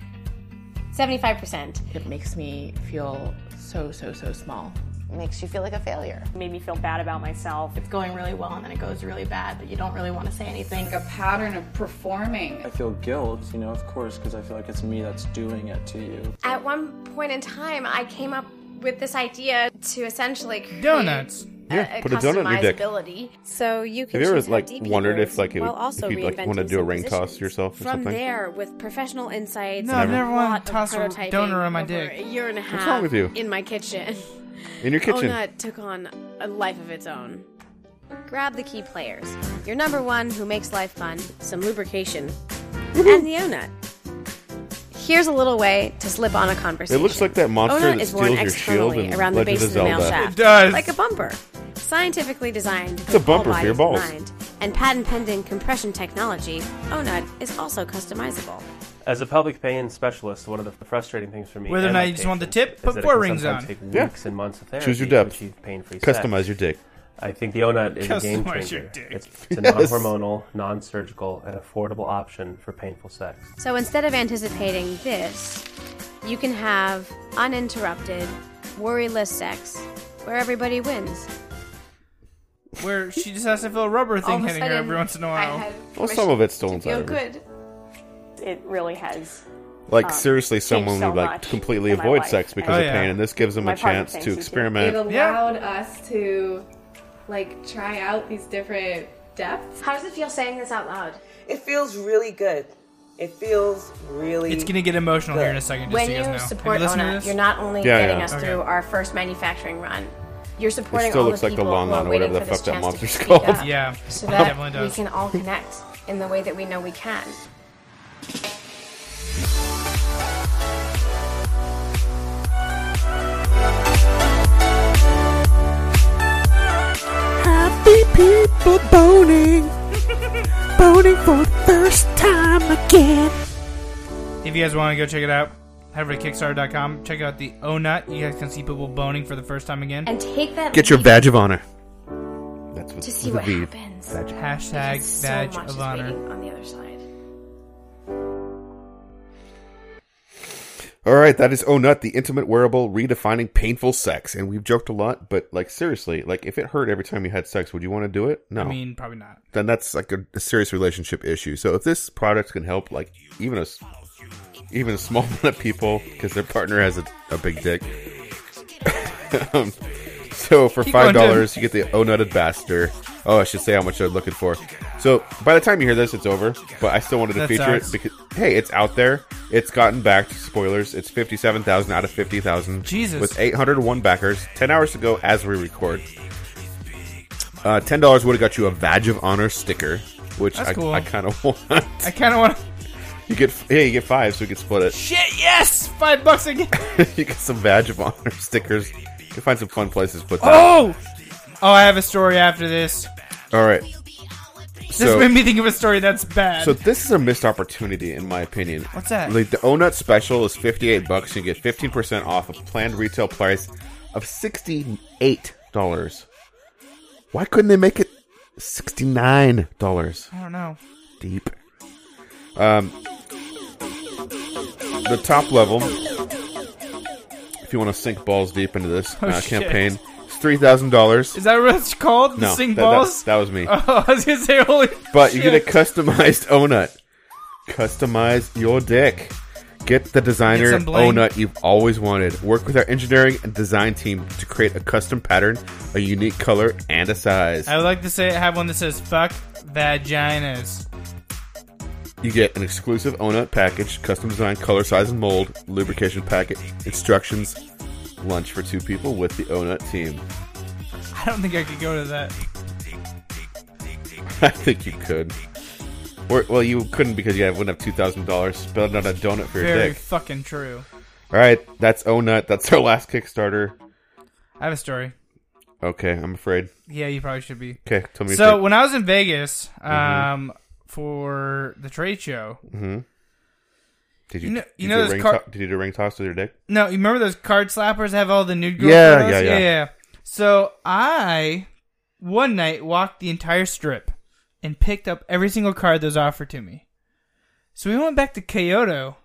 Speaker 10: 75%. It makes me feel so, so, so small.
Speaker 13: makes you feel like a failure. Made me feel bad about myself. It's going really well and then it goes really bad, but you don't really want to say anything. A pattern of performing.
Speaker 14: I feel guilt, you know, of course, because I feel like it's me that's doing it to you.
Speaker 10: At one point in time, I came up with this idea to essentially create
Speaker 4: Donuts.
Speaker 10: A,
Speaker 4: Yeah,
Speaker 10: a
Speaker 4: put a donut in your dick.
Speaker 10: customizability. So you
Speaker 4: Have you ever like wondered if like it would, if you like want to do a ring toss yourself or
Speaker 10: From
Speaker 4: something?
Speaker 10: there, with professional insights,
Speaker 4: No, I've
Speaker 10: and
Speaker 4: never
Speaker 10: a
Speaker 3: wanted
Speaker 10: lot
Speaker 3: to
Speaker 10: of
Speaker 3: toss a
Speaker 10: prototyping
Speaker 3: donor on my
Speaker 10: over
Speaker 3: dick.
Speaker 10: A year and a half
Speaker 4: What's wrong with you?
Speaker 10: in my kitchen.
Speaker 11: Oh,
Speaker 4: In your kitchen.
Speaker 10: Donut took on a life of its own. Grab the key players. Your number one who makes life fun, some lubrication, and the Onut. Here's a little way to slip on a conversation.
Speaker 4: It looks like that monster
Speaker 10: Onut
Speaker 4: that
Speaker 10: is worn
Speaker 4: steals your shield
Speaker 10: externally
Speaker 4: in
Speaker 10: around the
Speaker 4: Legend
Speaker 10: base
Speaker 4: of
Speaker 10: of the male
Speaker 4: Zelda.
Speaker 10: shaft.
Speaker 4: It does.
Speaker 10: Like a bumper. Scientifically designed.
Speaker 4: It's a bumper for your balls.
Speaker 10: Mind. And patent pending compression technology, Onut is also customizable.
Speaker 15: As a pelvic pain specialist, one of the frustrating things for me
Speaker 3: Whether or
Speaker 15: and
Speaker 3: not
Speaker 15: my
Speaker 3: you just want the
Speaker 15: patients
Speaker 3: tip,
Speaker 15: is
Speaker 3: put
Speaker 15: that it
Speaker 3: four
Speaker 15: can
Speaker 3: rings
Speaker 15: sometimes
Speaker 3: on.
Speaker 15: Take
Speaker 4: Yeah.
Speaker 15: weeks and months of therapy
Speaker 4: Choose your
Speaker 15: to
Speaker 4: depth.
Speaker 15: achieve pain-free
Speaker 4: Customize
Speaker 15: sex.
Speaker 4: your dick.
Speaker 15: I think the ONUT is a game
Speaker 3: Customize your
Speaker 15: changer.
Speaker 3: dick.
Speaker 15: It's, it's a
Speaker 4: Yes.
Speaker 15: non-hormonal, non-surgical, and affordable option for painful sex.
Speaker 10: So instead of anticipating this, you can have uninterrupted, worryless sex where everybody wins.
Speaker 3: Where she just has to feel a rubber
Speaker 10: All
Speaker 3: thing
Speaker 10: of a
Speaker 3: hitting her
Speaker 10: sudden,
Speaker 3: every once in a
Speaker 10: I
Speaker 3: while.
Speaker 10: had
Speaker 4: Well, some of it's still
Speaker 10: permission to
Speaker 4: inside
Speaker 10: feel
Speaker 4: of her.
Speaker 10: good.
Speaker 11: It really has.
Speaker 4: Like
Speaker 11: um,
Speaker 4: seriously,
Speaker 11: changed
Speaker 4: someone
Speaker 11: so
Speaker 4: would like
Speaker 11: much
Speaker 4: completely
Speaker 11: in my
Speaker 4: avoid
Speaker 11: life.
Speaker 4: sex because
Speaker 11: And
Speaker 4: of pain, and this gives them
Speaker 11: my
Speaker 4: a
Speaker 11: partner
Speaker 4: chance
Speaker 11: thinks
Speaker 4: to
Speaker 11: you too.
Speaker 4: experiment.
Speaker 16: allowed us to like try out these different depths.
Speaker 10: How does it feel saying this out loud?
Speaker 17: It feels really good. It feels really.
Speaker 3: It's gonna get emotional here in a second. Just
Speaker 10: when
Speaker 3: so you
Speaker 10: you
Speaker 3: guys know.
Speaker 10: support
Speaker 3: Have you listened to
Speaker 10: ONA,
Speaker 3: this?
Speaker 10: you're not only
Speaker 4: Yeah,
Speaker 10: getting
Speaker 4: yeah.
Speaker 10: us
Speaker 4: Okay.
Speaker 10: through our first manufacturing run, you're supporting
Speaker 4: It still
Speaker 10: all
Speaker 4: looks
Speaker 10: the
Speaker 4: like the
Speaker 10: people
Speaker 4: Long
Speaker 10: who are
Speaker 4: Island or
Speaker 10: waiting
Speaker 4: whatever the
Speaker 10: for this
Speaker 4: fuck that
Speaker 10: chance
Speaker 4: monster's
Speaker 10: to speak
Speaker 4: called.
Speaker 10: up,
Speaker 3: Yeah.
Speaker 10: so
Speaker 3: It
Speaker 10: that
Speaker 3: definitely
Speaker 10: we
Speaker 3: does.
Speaker 10: can all connect in the way that we know we can.
Speaker 18: Happy people boning. boning for the first time again.
Speaker 3: If you guys want to go check it out, head over to Kickstarter.com. Check out the O-Nut. You guys can see people boning for the first time again.
Speaker 10: And take that
Speaker 4: Get your
Speaker 10: leap
Speaker 4: badge of honor. That's what
Speaker 10: to see
Speaker 4: with
Speaker 10: what
Speaker 4: a V.
Speaker 10: happens.
Speaker 4: Badge.
Speaker 3: Hashtag
Speaker 10: Because so
Speaker 3: badge
Speaker 10: much is
Speaker 3: of honor.
Speaker 10: waiting on the other side.
Speaker 4: All right, that is Oh Nut, the intimate wearable redefining painful sex. And we've joked a lot, but like seriously, like if it hurt every time you had sex, would you want to do it? No.
Speaker 3: I mean, probably not.
Speaker 4: then that's like a, a serious relationship issue. So if this product can help like even a s- even a small (laughs) amount of people because their partner has a, a big dick. (laughs) um, so for
Speaker 2: Keep going,
Speaker 4: five
Speaker 2: Tim.
Speaker 4: dollars, you get the O Nut Ambassador. Oh, I should say how much they're looking for. So by the time you hear this, it's over. But I still wanted to
Speaker 2: That
Speaker 4: feature
Speaker 2: sucks.
Speaker 4: it because hey, it's out there. It's gotten backed. Spoilers. It's fifty-seven thousand out of fifty thousand.
Speaker 3: Jesus.
Speaker 4: With eight hundred one backers. Ten hours to go as we record. Uh, Ten dollars would have got you a Badge of Honor sticker, which
Speaker 3: That's
Speaker 4: I,
Speaker 3: cool.
Speaker 4: I kind of (laughs) want.
Speaker 3: I kind of want to.
Speaker 4: You get yeah, you get five, so we can split
Speaker 3: (laughs)
Speaker 4: it.
Speaker 3: Shit, yes! Five bucks
Speaker 4: (laughs)
Speaker 3: again.
Speaker 4: you get some Badge of Honor stickers. You can find some fun places to put that.
Speaker 3: Oh! Oh, I have a story after this.
Speaker 4: All right.
Speaker 3: Oh! This made me think of a story that's bad.
Speaker 4: So this is a missed opportunity, in my opinion.
Speaker 3: What's that?
Speaker 4: Like the Onut special is fifty-eight bucks, and you get fifteen percent off a planned retail price of sixty-eight dollars. Why couldn't they make it sixty-nine dollars?
Speaker 3: I don't know.
Speaker 4: Deep. Um, the top level, if you want to sink balls deep into this
Speaker 3: Oh,
Speaker 4: uh,
Speaker 3: shit.
Speaker 4: campaign, it's three thousand dollars.
Speaker 3: Is that what it's called?
Speaker 4: No,
Speaker 3: the sing
Speaker 4: that- that-
Speaker 3: balls? (laughs)
Speaker 4: that was me.
Speaker 3: Oh, I was gonna say, holy
Speaker 4: But you get a
Speaker 3: shit.
Speaker 4: customized (laughs) Onut. Customize your dick. Get the designer
Speaker 3: Get some bling.
Speaker 4: Onut you've always wanted. Work with our engineering and design team to create a custom pattern, a unique color, and a size.
Speaker 3: I would like to say I have one that says fuck vaginas.
Speaker 4: You get an exclusive Onut package, custom design, color, size, and mold, lubrication packet, instructions, lunch for two people with the Onut team. (laughs)
Speaker 3: I don't think I could go to that.
Speaker 4: I think you could. Or, well, you couldn't because you wouldn't have two thousand dollars spent on a donut for your
Speaker 3: Very
Speaker 4: dick.
Speaker 3: fucking true.
Speaker 4: All right, that's Onut. That's our last Kickstarter.
Speaker 3: I have a story.
Speaker 4: Okay, I'm afraid.
Speaker 3: Yeah, you probably should be.
Speaker 4: 'Kay, tell me your
Speaker 3: So
Speaker 4: story.
Speaker 3: when I was in Vegas, um,
Speaker 4: Mhm.
Speaker 3: for the trade show,
Speaker 4: Mm-hmm. Did you,
Speaker 3: You know-
Speaker 4: did
Speaker 3: you know
Speaker 4: do a
Speaker 3: this
Speaker 4: ring
Speaker 3: car-
Speaker 4: to- did you do a ring toss with your dick?
Speaker 3: No, you remember those card slappers have all the nude girl
Speaker 4: Yeah,
Speaker 3: photos?
Speaker 4: yeah, yeah.
Speaker 3: So I one night walked the entire strip and picked up every single card that was offered to me. So we went back to Kyoto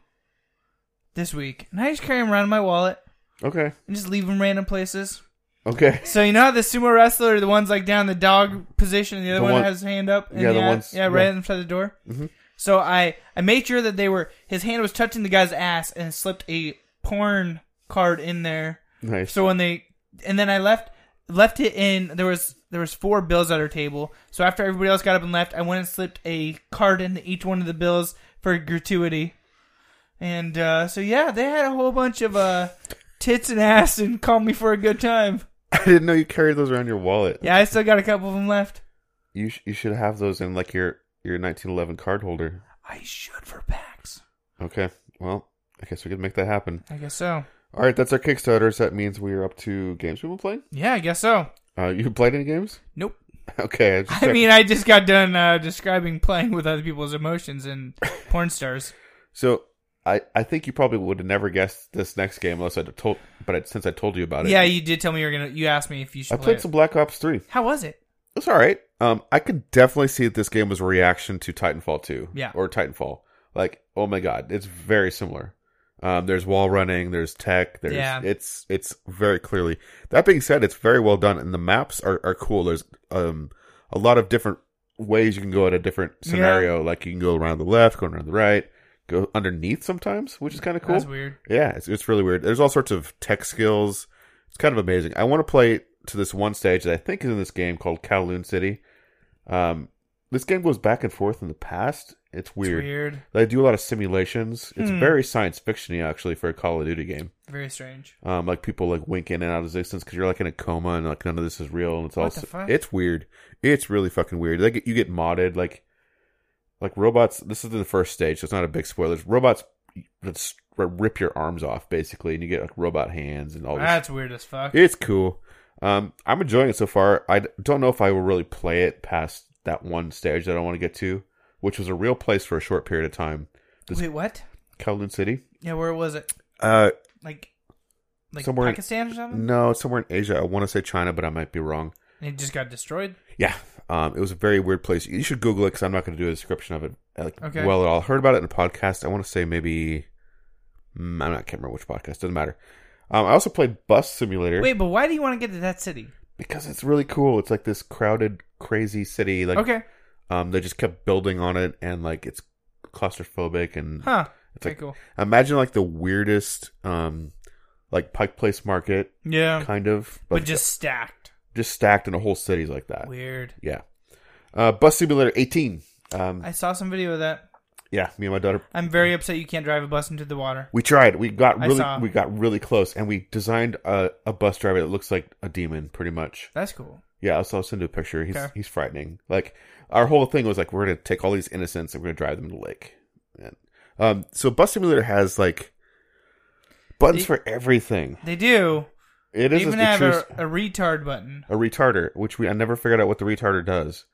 Speaker 3: this week, and I just carry them around in my wallet
Speaker 4: Okay.
Speaker 3: and just leave them random places.
Speaker 4: Okay. (laughs)
Speaker 3: So you know how the sumo wrestler, the one's like down the dog position, and the other
Speaker 4: The
Speaker 3: one,
Speaker 4: one-
Speaker 3: has his hand up. And
Speaker 4: yeah, the
Speaker 3: ad-
Speaker 4: ones-
Speaker 3: yeah, right
Speaker 4: yeah.
Speaker 3: inside the door.
Speaker 4: Mhm.
Speaker 3: So I I made sure that they were his hand was touching the guy's ass, and slipped a porn card in there.
Speaker 4: Nice.
Speaker 3: So when they and then I left left it in there was there was four bills at our table. So after everybody else got up and left, I went and slipped a card into each one of the bills for gratuity. And uh, so yeah, they had a whole bunch of uh, tits and ass and called me for a good time.
Speaker 4: (laughs) I didn't know you carried those around your wallet.
Speaker 3: Yeah, I still got a couple of them left.
Speaker 4: You sh- you should have those in like your your 1911 card holder.
Speaker 3: I should for packs.
Speaker 4: Okay. Well, I guess we could make that happen.
Speaker 3: I guess so.
Speaker 4: All right, that's our Kickstarters. That means we are up to games we've been playing.
Speaker 3: Yeah, I guess so.
Speaker 4: Uh, you played any games? (laughs)
Speaker 3: Nope.
Speaker 4: Okay. I, just
Speaker 3: I
Speaker 4: checked.
Speaker 3: mean, I just got done uh, describing playing with other people's emotions
Speaker 4: (laughs)
Speaker 3: and porn stars.
Speaker 4: so I I think you probably would have never guessed this next game unless I told. But I, since I told you about it,
Speaker 3: Yeah, you did tell me you were gonna. You asked me if you should.
Speaker 4: I
Speaker 3: play
Speaker 4: played
Speaker 3: it.
Speaker 4: some Black Ops Three.
Speaker 3: How was it?
Speaker 4: It's all right. Um, I could definitely see that this game was a reaction to Titanfall two.
Speaker 3: Yeah.
Speaker 4: Or Titanfall. Like, oh my god, it's very similar. Um, there's wall running, there's tech, there's
Speaker 3: Yeah.
Speaker 4: it's it's very clearly. That being said, it's very well done, and the maps are are cool. There's um a lot of different ways you can go at a different
Speaker 3: Yeah.
Speaker 4: scenario. Like you can go around the left, go around the right, go underneath sometimes, which is kind of cool.
Speaker 3: That's weird.
Speaker 4: Yeah, it's, it's really weird. There's all sorts of tech skills. It's kind of amazing. I want to play to this one stage that I think is in this game called Kowloon City. Um, this game goes back and forth in the past. It's weird.
Speaker 3: weird.
Speaker 4: They do a lot of simulations. It's
Speaker 3: Hmm.
Speaker 4: very science fiction-y, actually, for a Call of Duty game.
Speaker 3: Very strange.
Speaker 4: Um, like people like wink in and out of existence because you're like in a coma and like none of this is real and it's
Speaker 3: What
Speaker 4: all
Speaker 3: the fuck?
Speaker 4: it's weird. It's really fucking weird. Like you get modded like like robots. This is the first stage, so it's not a big spoiler. It's robots that s- rip your arms off basically, and you get like robot hands and all. Oh, This.
Speaker 3: That's weird as fuck.
Speaker 4: It's cool. Um, I'm enjoying it so far. I d- don't know if I will really play it past that one stage that I want to get to, which was a real place for a short period of time. This
Speaker 3: Wait, what?
Speaker 4: Kowloon City.
Speaker 3: Yeah, where was it?
Speaker 4: Uh,
Speaker 3: Like, like
Speaker 4: somewhere in-
Speaker 3: Pakistan or something?
Speaker 4: No, somewhere in Asia. I want to say China, but I might be wrong.
Speaker 3: And it just got destroyed.
Speaker 4: Yeah, um, it was a very weird place. You should Google it because I'm not going to do a description of it uh, like,
Speaker 3: Okay.
Speaker 4: well at all. Heard about it in a podcast. I want to say maybe mm, I'm not can't remember which podcast. Doesn't matter. Um, I also played Bus Simulator
Speaker 3: Wait, but why do you want to get to that city?
Speaker 4: because it's really cool. It's like this crowded, crazy city. Like
Speaker 3: Okay.
Speaker 4: um, they just kept building on it, and like it's claustrophobic and
Speaker 3: Huh.
Speaker 4: It's
Speaker 3: Very
Speaker 4: like
Speaker 3: cool.
Speaker 4: imagine like the weirdest um, like Pike Place Market.
Speaker 3: Yeah.
Speaker 4: kind of,
Speaker 3: But
Speaker 4: like,
Speaker 3: just stacked.
Speaker 4: just stacked in a whole cities like that.
Speaker 3: Weird.
Speaker 4: Yeah. Uh, Bus Simulator 18. Um,
Speaker 3: I saw some video of that.
Speaker 4: Yeah, me and my daughter.
Speaker 3: I'm very upset you can't drive a bus into the water.
Speaker 4: We tried. We got
Speaker 3: I
Speaker 4: really
Speaker 3: saw.
Speaker 4: we got really close, and we designed a, a bus driver that looks like a demon, pretty much.
Speaker 3: That's cool.
Speaker 4: Yeah, I'll, I'll send you a picture. He's
Speaker 3: Okay.
Speaker 4: he's frightening. Like our whole thing was like we're gonna take all these innocents and we're gonna drive them to the lake. And, um, so Bus Simulator has like buttons
Speaker 3: They-
Speaker 4: for everything.
Speaker 3: They do.
Speaker 4: It
Speaker 3: They
Speaker 4: is
Speaker 3: E even
Speaker 4: the
Speaker 3: have
Speaker 4: true
Speaker 3: a,
Speaker 4: s-
Speaker 3: a retard button.
Speaker 4: A retarder, which we I never figured out what the retarder does,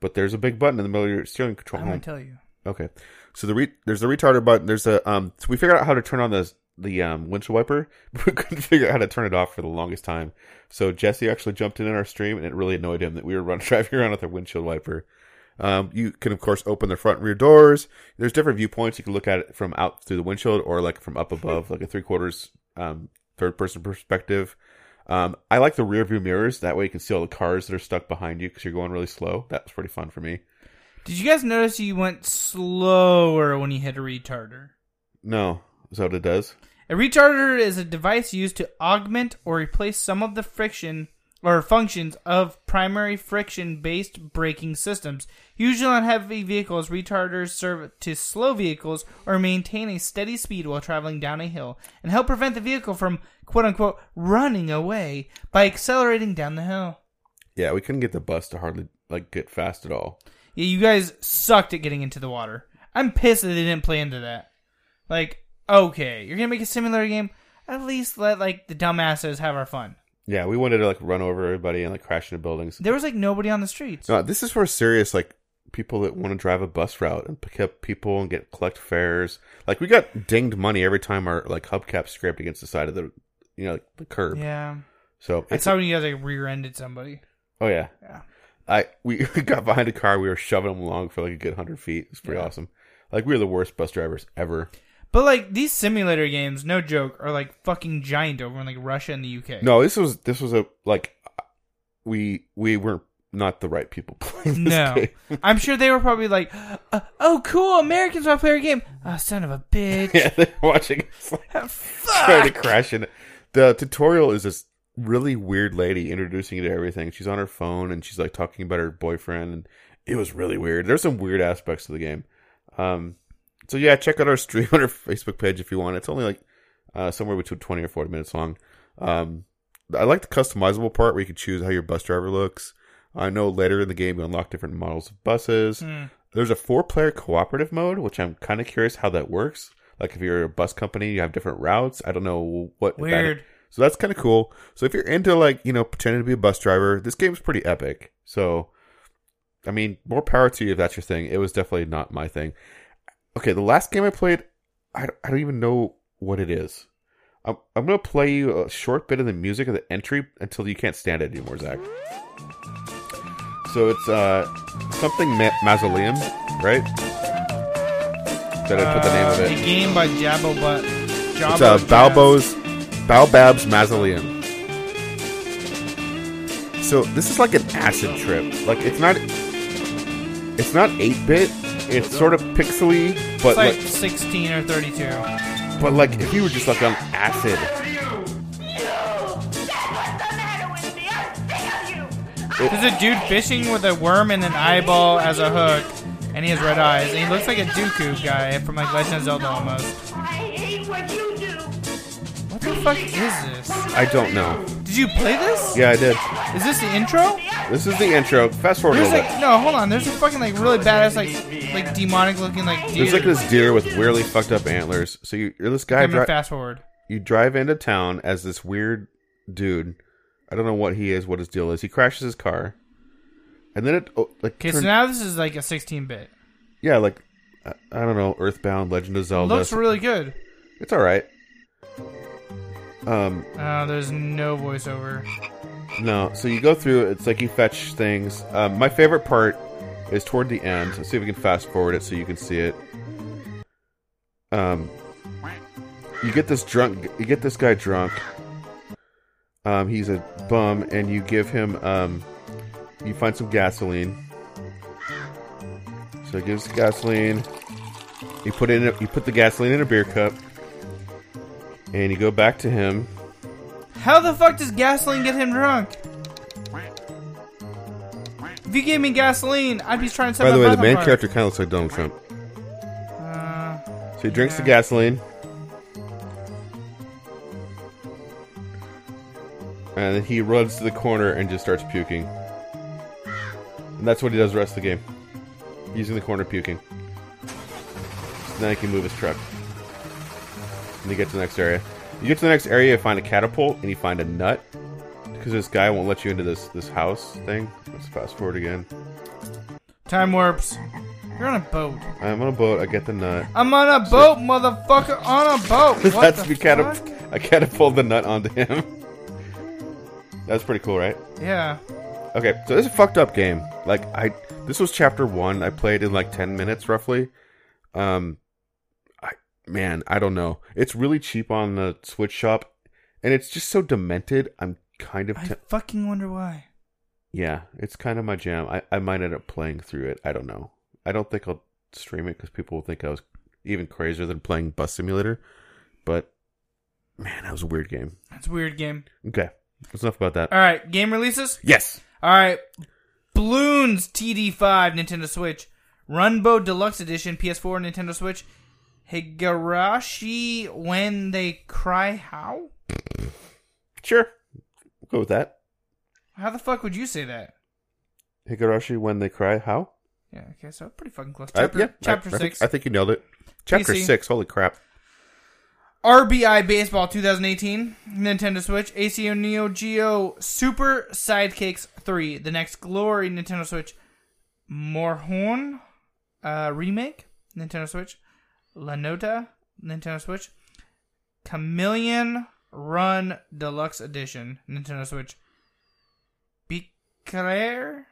Speaker 4: but there's a big button in the middle of your steering control.
Speaker 3: I'm gonna
Speaker 4: home.
Speaker 3: tell you.
Speaker 4: Okay, so the re- there's the retarder button. There's a um. So we figured out how to turn on the the um, windshield wiper, (laughs) but we couldn't figure out how to turn it off for the longest time. So Jesse actually jumped in in our stream, and it really annoyed him that we were run (laughs) driving around with a windshield wiper. Um, you can of course open the front and rear doors. There's different viewpoints. You can look at it from out through the windshield or like from up above, like a three quarters um, third person perspective. Um, I like the rear view mirrors. That way you can see all the cars that are stuck behind you because you're going really slow. That was pretty fun for me.
Speaker 3: Did you guys notice you went slower when you hit a retarder?
Speaker 4: No, is that what it does?
Speaker 3: A retarder is a device used to augment or replace some of the friction or functions of primary friction based braking systems. Usually on heavy vehicles, retarders serve to slow vehicles or maintain a steady speed while traveling down a hill and help prevent the vehicle from quote unquote running away by accelerating down the hill.
Speaker 4: Yeah, we couldn't get the bus to hardly like get fast at all.
Speaker 3: Yeah, you guys sucked at getting into the water. I'm pissed that they didn't play into that. Like, okay, you're gonna make a simulator game. At least let like the dumbasses have our fun.
Speaker 4: Yeah, we wanted to like run over everybody and like crash into buildings.
Speaker 3: There was like nobody on the streets.
Speaker 4: No, this is for serious like people that want to drive a bus route and pick up people and get collect fares. Like we got dinged money every time our like hubcap scraped against the side of the you know like, the curb.
Speaker 3: Yeah.
Speaker 4: So
Speaker 3: I saw when you guys like rear-ended somebody.
Speaker 4: Oh yeah.
Speaker 3: Yeah.
Speaker 4: I we (laughs) got behind a car. We were shoving them along for like a good hundred feet. It's pretty
Speaker 3: Yeah.
Speaker 4: awesome. Like we were the worst bus drivers ever.
Speaker 3: But like these simulator games, no joke, are like fucking giant over in like Russia and the UK.
Speaker 4: No, this was this was a like we we were not the right people (laughs) playing this
Speaker 3: No, (laughs)
Speaker 4: game.
Speaker 3: I'm sure they were probably like, uh, "Oh, cool, Americans want to play our game." Oh, son of
Speaker 4: (laughs)
Speaker 3: a bitch.
Speaker 4: yeah, they're watching us like, trying to crash in. The tutorial is this really weird lady introducing you to everything. She's on her phone and she's like talking about her boyfriend, and it was really weird. There's some weird aspects to the game. Um, so yeah, check out our stream (laughs) on our Facebook page if you want. It's only like uh, somewhere between twenty or forty minutes long. Um, I like the customizable part where you can choose how your bus driver looks. I know later in the game you unlock different models of buses.
Speaker 3: Hmm.
Speaker 4: There's a four player cooperative mode, which I'm kind of curious how that works. Like if you're a bus company, you have different routes. I don't know what that-
Speaker 3: Weird.
Speaker 4: so that's kind of cool. So if you're into like you know pretending to be a bus driver, this game's pretty epic. So, I mean, more power to you if that's your thing. It was definitely not my thing. Okay, the last game I played, I don't, I don't even know what it is. I'm I'm gonna play you a short bit of the music of the entry until you can't stand it anymore, Zach. So it's uh something ma- mausoleum, right? Did I put the name of
Speaker 3: Uh,
Speaker 4: it?
Speaker 3: A game by Jabbo Butt.
Speaker 4: It's uh,
Speaker 3: Jabbo
Speaker 4: Balbo's Balbab's Mausoleum. So this is like an acid trip. Like it's not, it's not eight bit. It's sort of pixely, but
Speaker 3: it's like,
Speaker 4: like,
Speaker 3: 16 or 32.
Speaker 4: but like if you were just like on acid,
Speaker 3: There's a dude fishing with a worm and an eyeball as a hook, and he has red eyes, and he looks like a Dooku guy from like Legend of Zelda almost. What the fuck is this?
Speaker 4: I don't know.
Speaker 3: Did you play this?
Speaker 4: Yeah, I did.
Speaker 3: Is this the intro?
Speaker 4: This is the intro. Fast forward a
Speaker 3: There's
Speaker 4: little
Speaker 3: like
Speaker 4: bit.
Speaker 3: no, hold on. There's a fucking like really badass like like demonic looking like dude.
Speaker 4: There's like this deer with weirdly fucked up antlers. So you, you're this guy.
Speaker 3: I'm gonna
Speaker 4: dri-
Speaker 3: fast forward.
Speaker 4: You drive into town as this weird dude. I don't know what he is, what his deal is. He crashes his car, and then it oh, like
Speaker 3: Okay, so
Speaker 4: turn-
Speaker 3: now this is like a 16 bit.
Speaker 4: yeah, like I, I don't know, Earthbound, Legend of Zelda.
Speaker 3: Looks really good.
Speaker 4: It's all right. Um,
Speaker 3: Oh, there's no voiceover.
Speaker 4: no, so you go through. It's like you fetch things. Um, my favorite part is toward the end. Let's see if we can fast forward it so you can see it. Um, you get this drunk. You get this guy drunk. Um, he's a bum, and you give him. Um, you find some gasoline. So he gives gasoline. You put it in. A, you put the gasoline in a beer cup, and you go back to him.
Speaker 3: How the fuck does gasoline get him drunk? If you gave me gasoline, I'd be trying to set
Speaker 4: By
Speaker 3: my
Speaker 4: the way,
Speaker 3: breath
Speaker 4: the
Speaker 3: on
Speaker 4: main
Speaker 3: fire.
Speaker 4: character kind of looks like Donald Trump.
Speaker 3: Uh,
Speaker 4: So he drinks the gasoline. And then he runs to the corner and just starts puking. And that's what he does the rest of the game. Using the corner puking. So then he can move his truck. And you get to the next area. You get to the next area, you find a catapult, and you find a nut. Because this guy won't let you into this, this house thing. Let's fast forward again.
Speaker 3: Time warps. You're on a boat.
Speaker 4: I'm on a boat, I get the nut.
Speaker 3: I'm on a boat, motherfucker. On a
Speaker 4: (laughs)
Speaker 3: boat. (laughs) What
Speaker 4: That's
Speaker 3: the
Speaker 4: the catap-
Speaker 3: fuck?
Speaker 4: I catapulted the nut onto him. That's pretty cool, right?
Speaker 3: Yeah.
Speaker 4: Okay, so this is a fucked up game. Like I, this was chapter one. I played in like ten minutes roughly. Um, I man, I don't know. It's really cheap on the Switch shop, and it's just so demented. I'm kind of te-
Speaker 3: Fucking wonder why.
Speaker 4: yeah, it's kind of my jam. I I might end up playing through it. I don't know. I don't think I'll stream it because people will think I was even crazier than playing Bus Simulator. But man, that was a weird game.
Speaker 3: That's a weird game.
Speaker 4: Okay, that's enough about that.
Speaker 3: All right, game releases.
Speaker 4: Yes.
Speaker 3: All right, Balloons TD5 Nintendo Switch, Runbo Deluxe Edition PS4 Nintendo Switch, Higurashi When They Cry How?
Speaker 4: Sure, we'll go with that.
Speaker 3: How the fuck would you say that?
Speaker 4: Higurashi when they cry. How?
Speaker 3: Yeah, okay, so pretty fucking close.
Speaker 4: I-
Speaker 3: Chapter,
Speaker 4: yeah, I-
Speaker 3: chapter
Speaker 4: I think-
Speaker 3: six.
Speaker 4: I think you nailed it. Chapter
Speaker 3: PC.
Speaker 4: six. Holy crap!
Speaker 3: RBI Baseball 2018, Nintendo Switch, ACO Neo Geo Super Sidekicks 3, The Next Glory, Nintendo Switch, Morhorn uh, Remake, Nintendo Switch, La Nota, Nintendo Switch, Chameleon Run Deluxe Edition, Nintendo Switch, Beaker?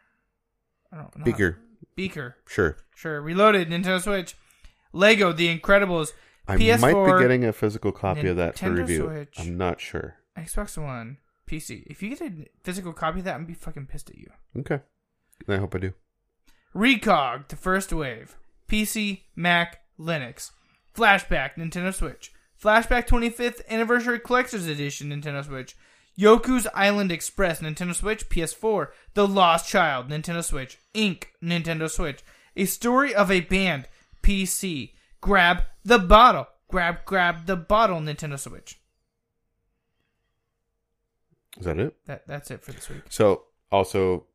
Speaker 3: I don't know.
Speaker 4: Beaker.
Speaker 3: Beaker.
Speaker 4: Sure.
Speaker 3: Sure. Reloaded, Nintendo Switch, Lego, The Incredibles,
Speaker 4: I
Speaker 3: PS4,
Speaker 4: might be getting a physical copy of that for
Speaker 3: Nintendo
Speaker 4: review.
Speaker 3: Switch.
Speaker 4: I'm not sure.
Speaker 3: Xbox One, PC. If you get a physical copy of that, I'm gonna be fucking pissed at you.
Speaker 4: Okay. I hope I do.
Speaker 3: Recog, the first wave. PC, Mac, Linux. Flashback, Nintendo Switch. Flashback 25th Anniversary Collector's Edition, Nintendo Switch. Yoku's Island Express, Nintendo Switch, PS4. The Lost Child, Nintendo Switch. Ink, Nintendo Switch. A Story of a Band, PC. Grab the Bottle. Grab, grab the bottle, Nintendo Switch.
Speaker 4: Is that it?
Speaker 3: That, that's it for this week.
Speaker 4: So also,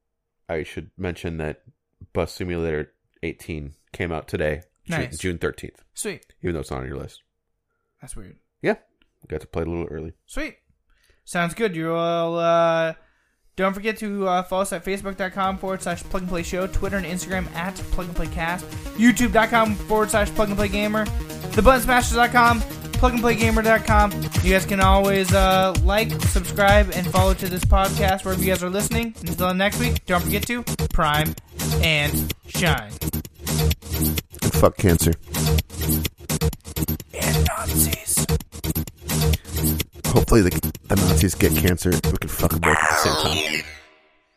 Speaker 4: I should mention that Bus Simulator 18 came out today, Ju-
Speaker 3: Nice.
Speaker 4: June 13th.
Speaker 3: Sweet.
Speaker 4: Even though it's not on your list,
Speaker 3: That's weird.
Speaker 4: yeah, got to play it a little early.
Speaker 3: Sweet. Sounds good. You all uh, don't forget to uh, follow us at facebook.com forward slash plug and play show, Twitter and Instagram at plug and play cast, youtube.com forward slash plug and play gamer, thebuttonsmashers.com, plug and play gamer.com. You guys can always uh, like, subscribe, and follow to this podcast wherever you guys are listening. Until next week, don't forget to prime and shine.
Speaker 4: And fuck cancer.
Speaker 3: And Nazis.
Speaker 4: Hopefully the, the Nazis get cancer. We can fuck them both at the same time.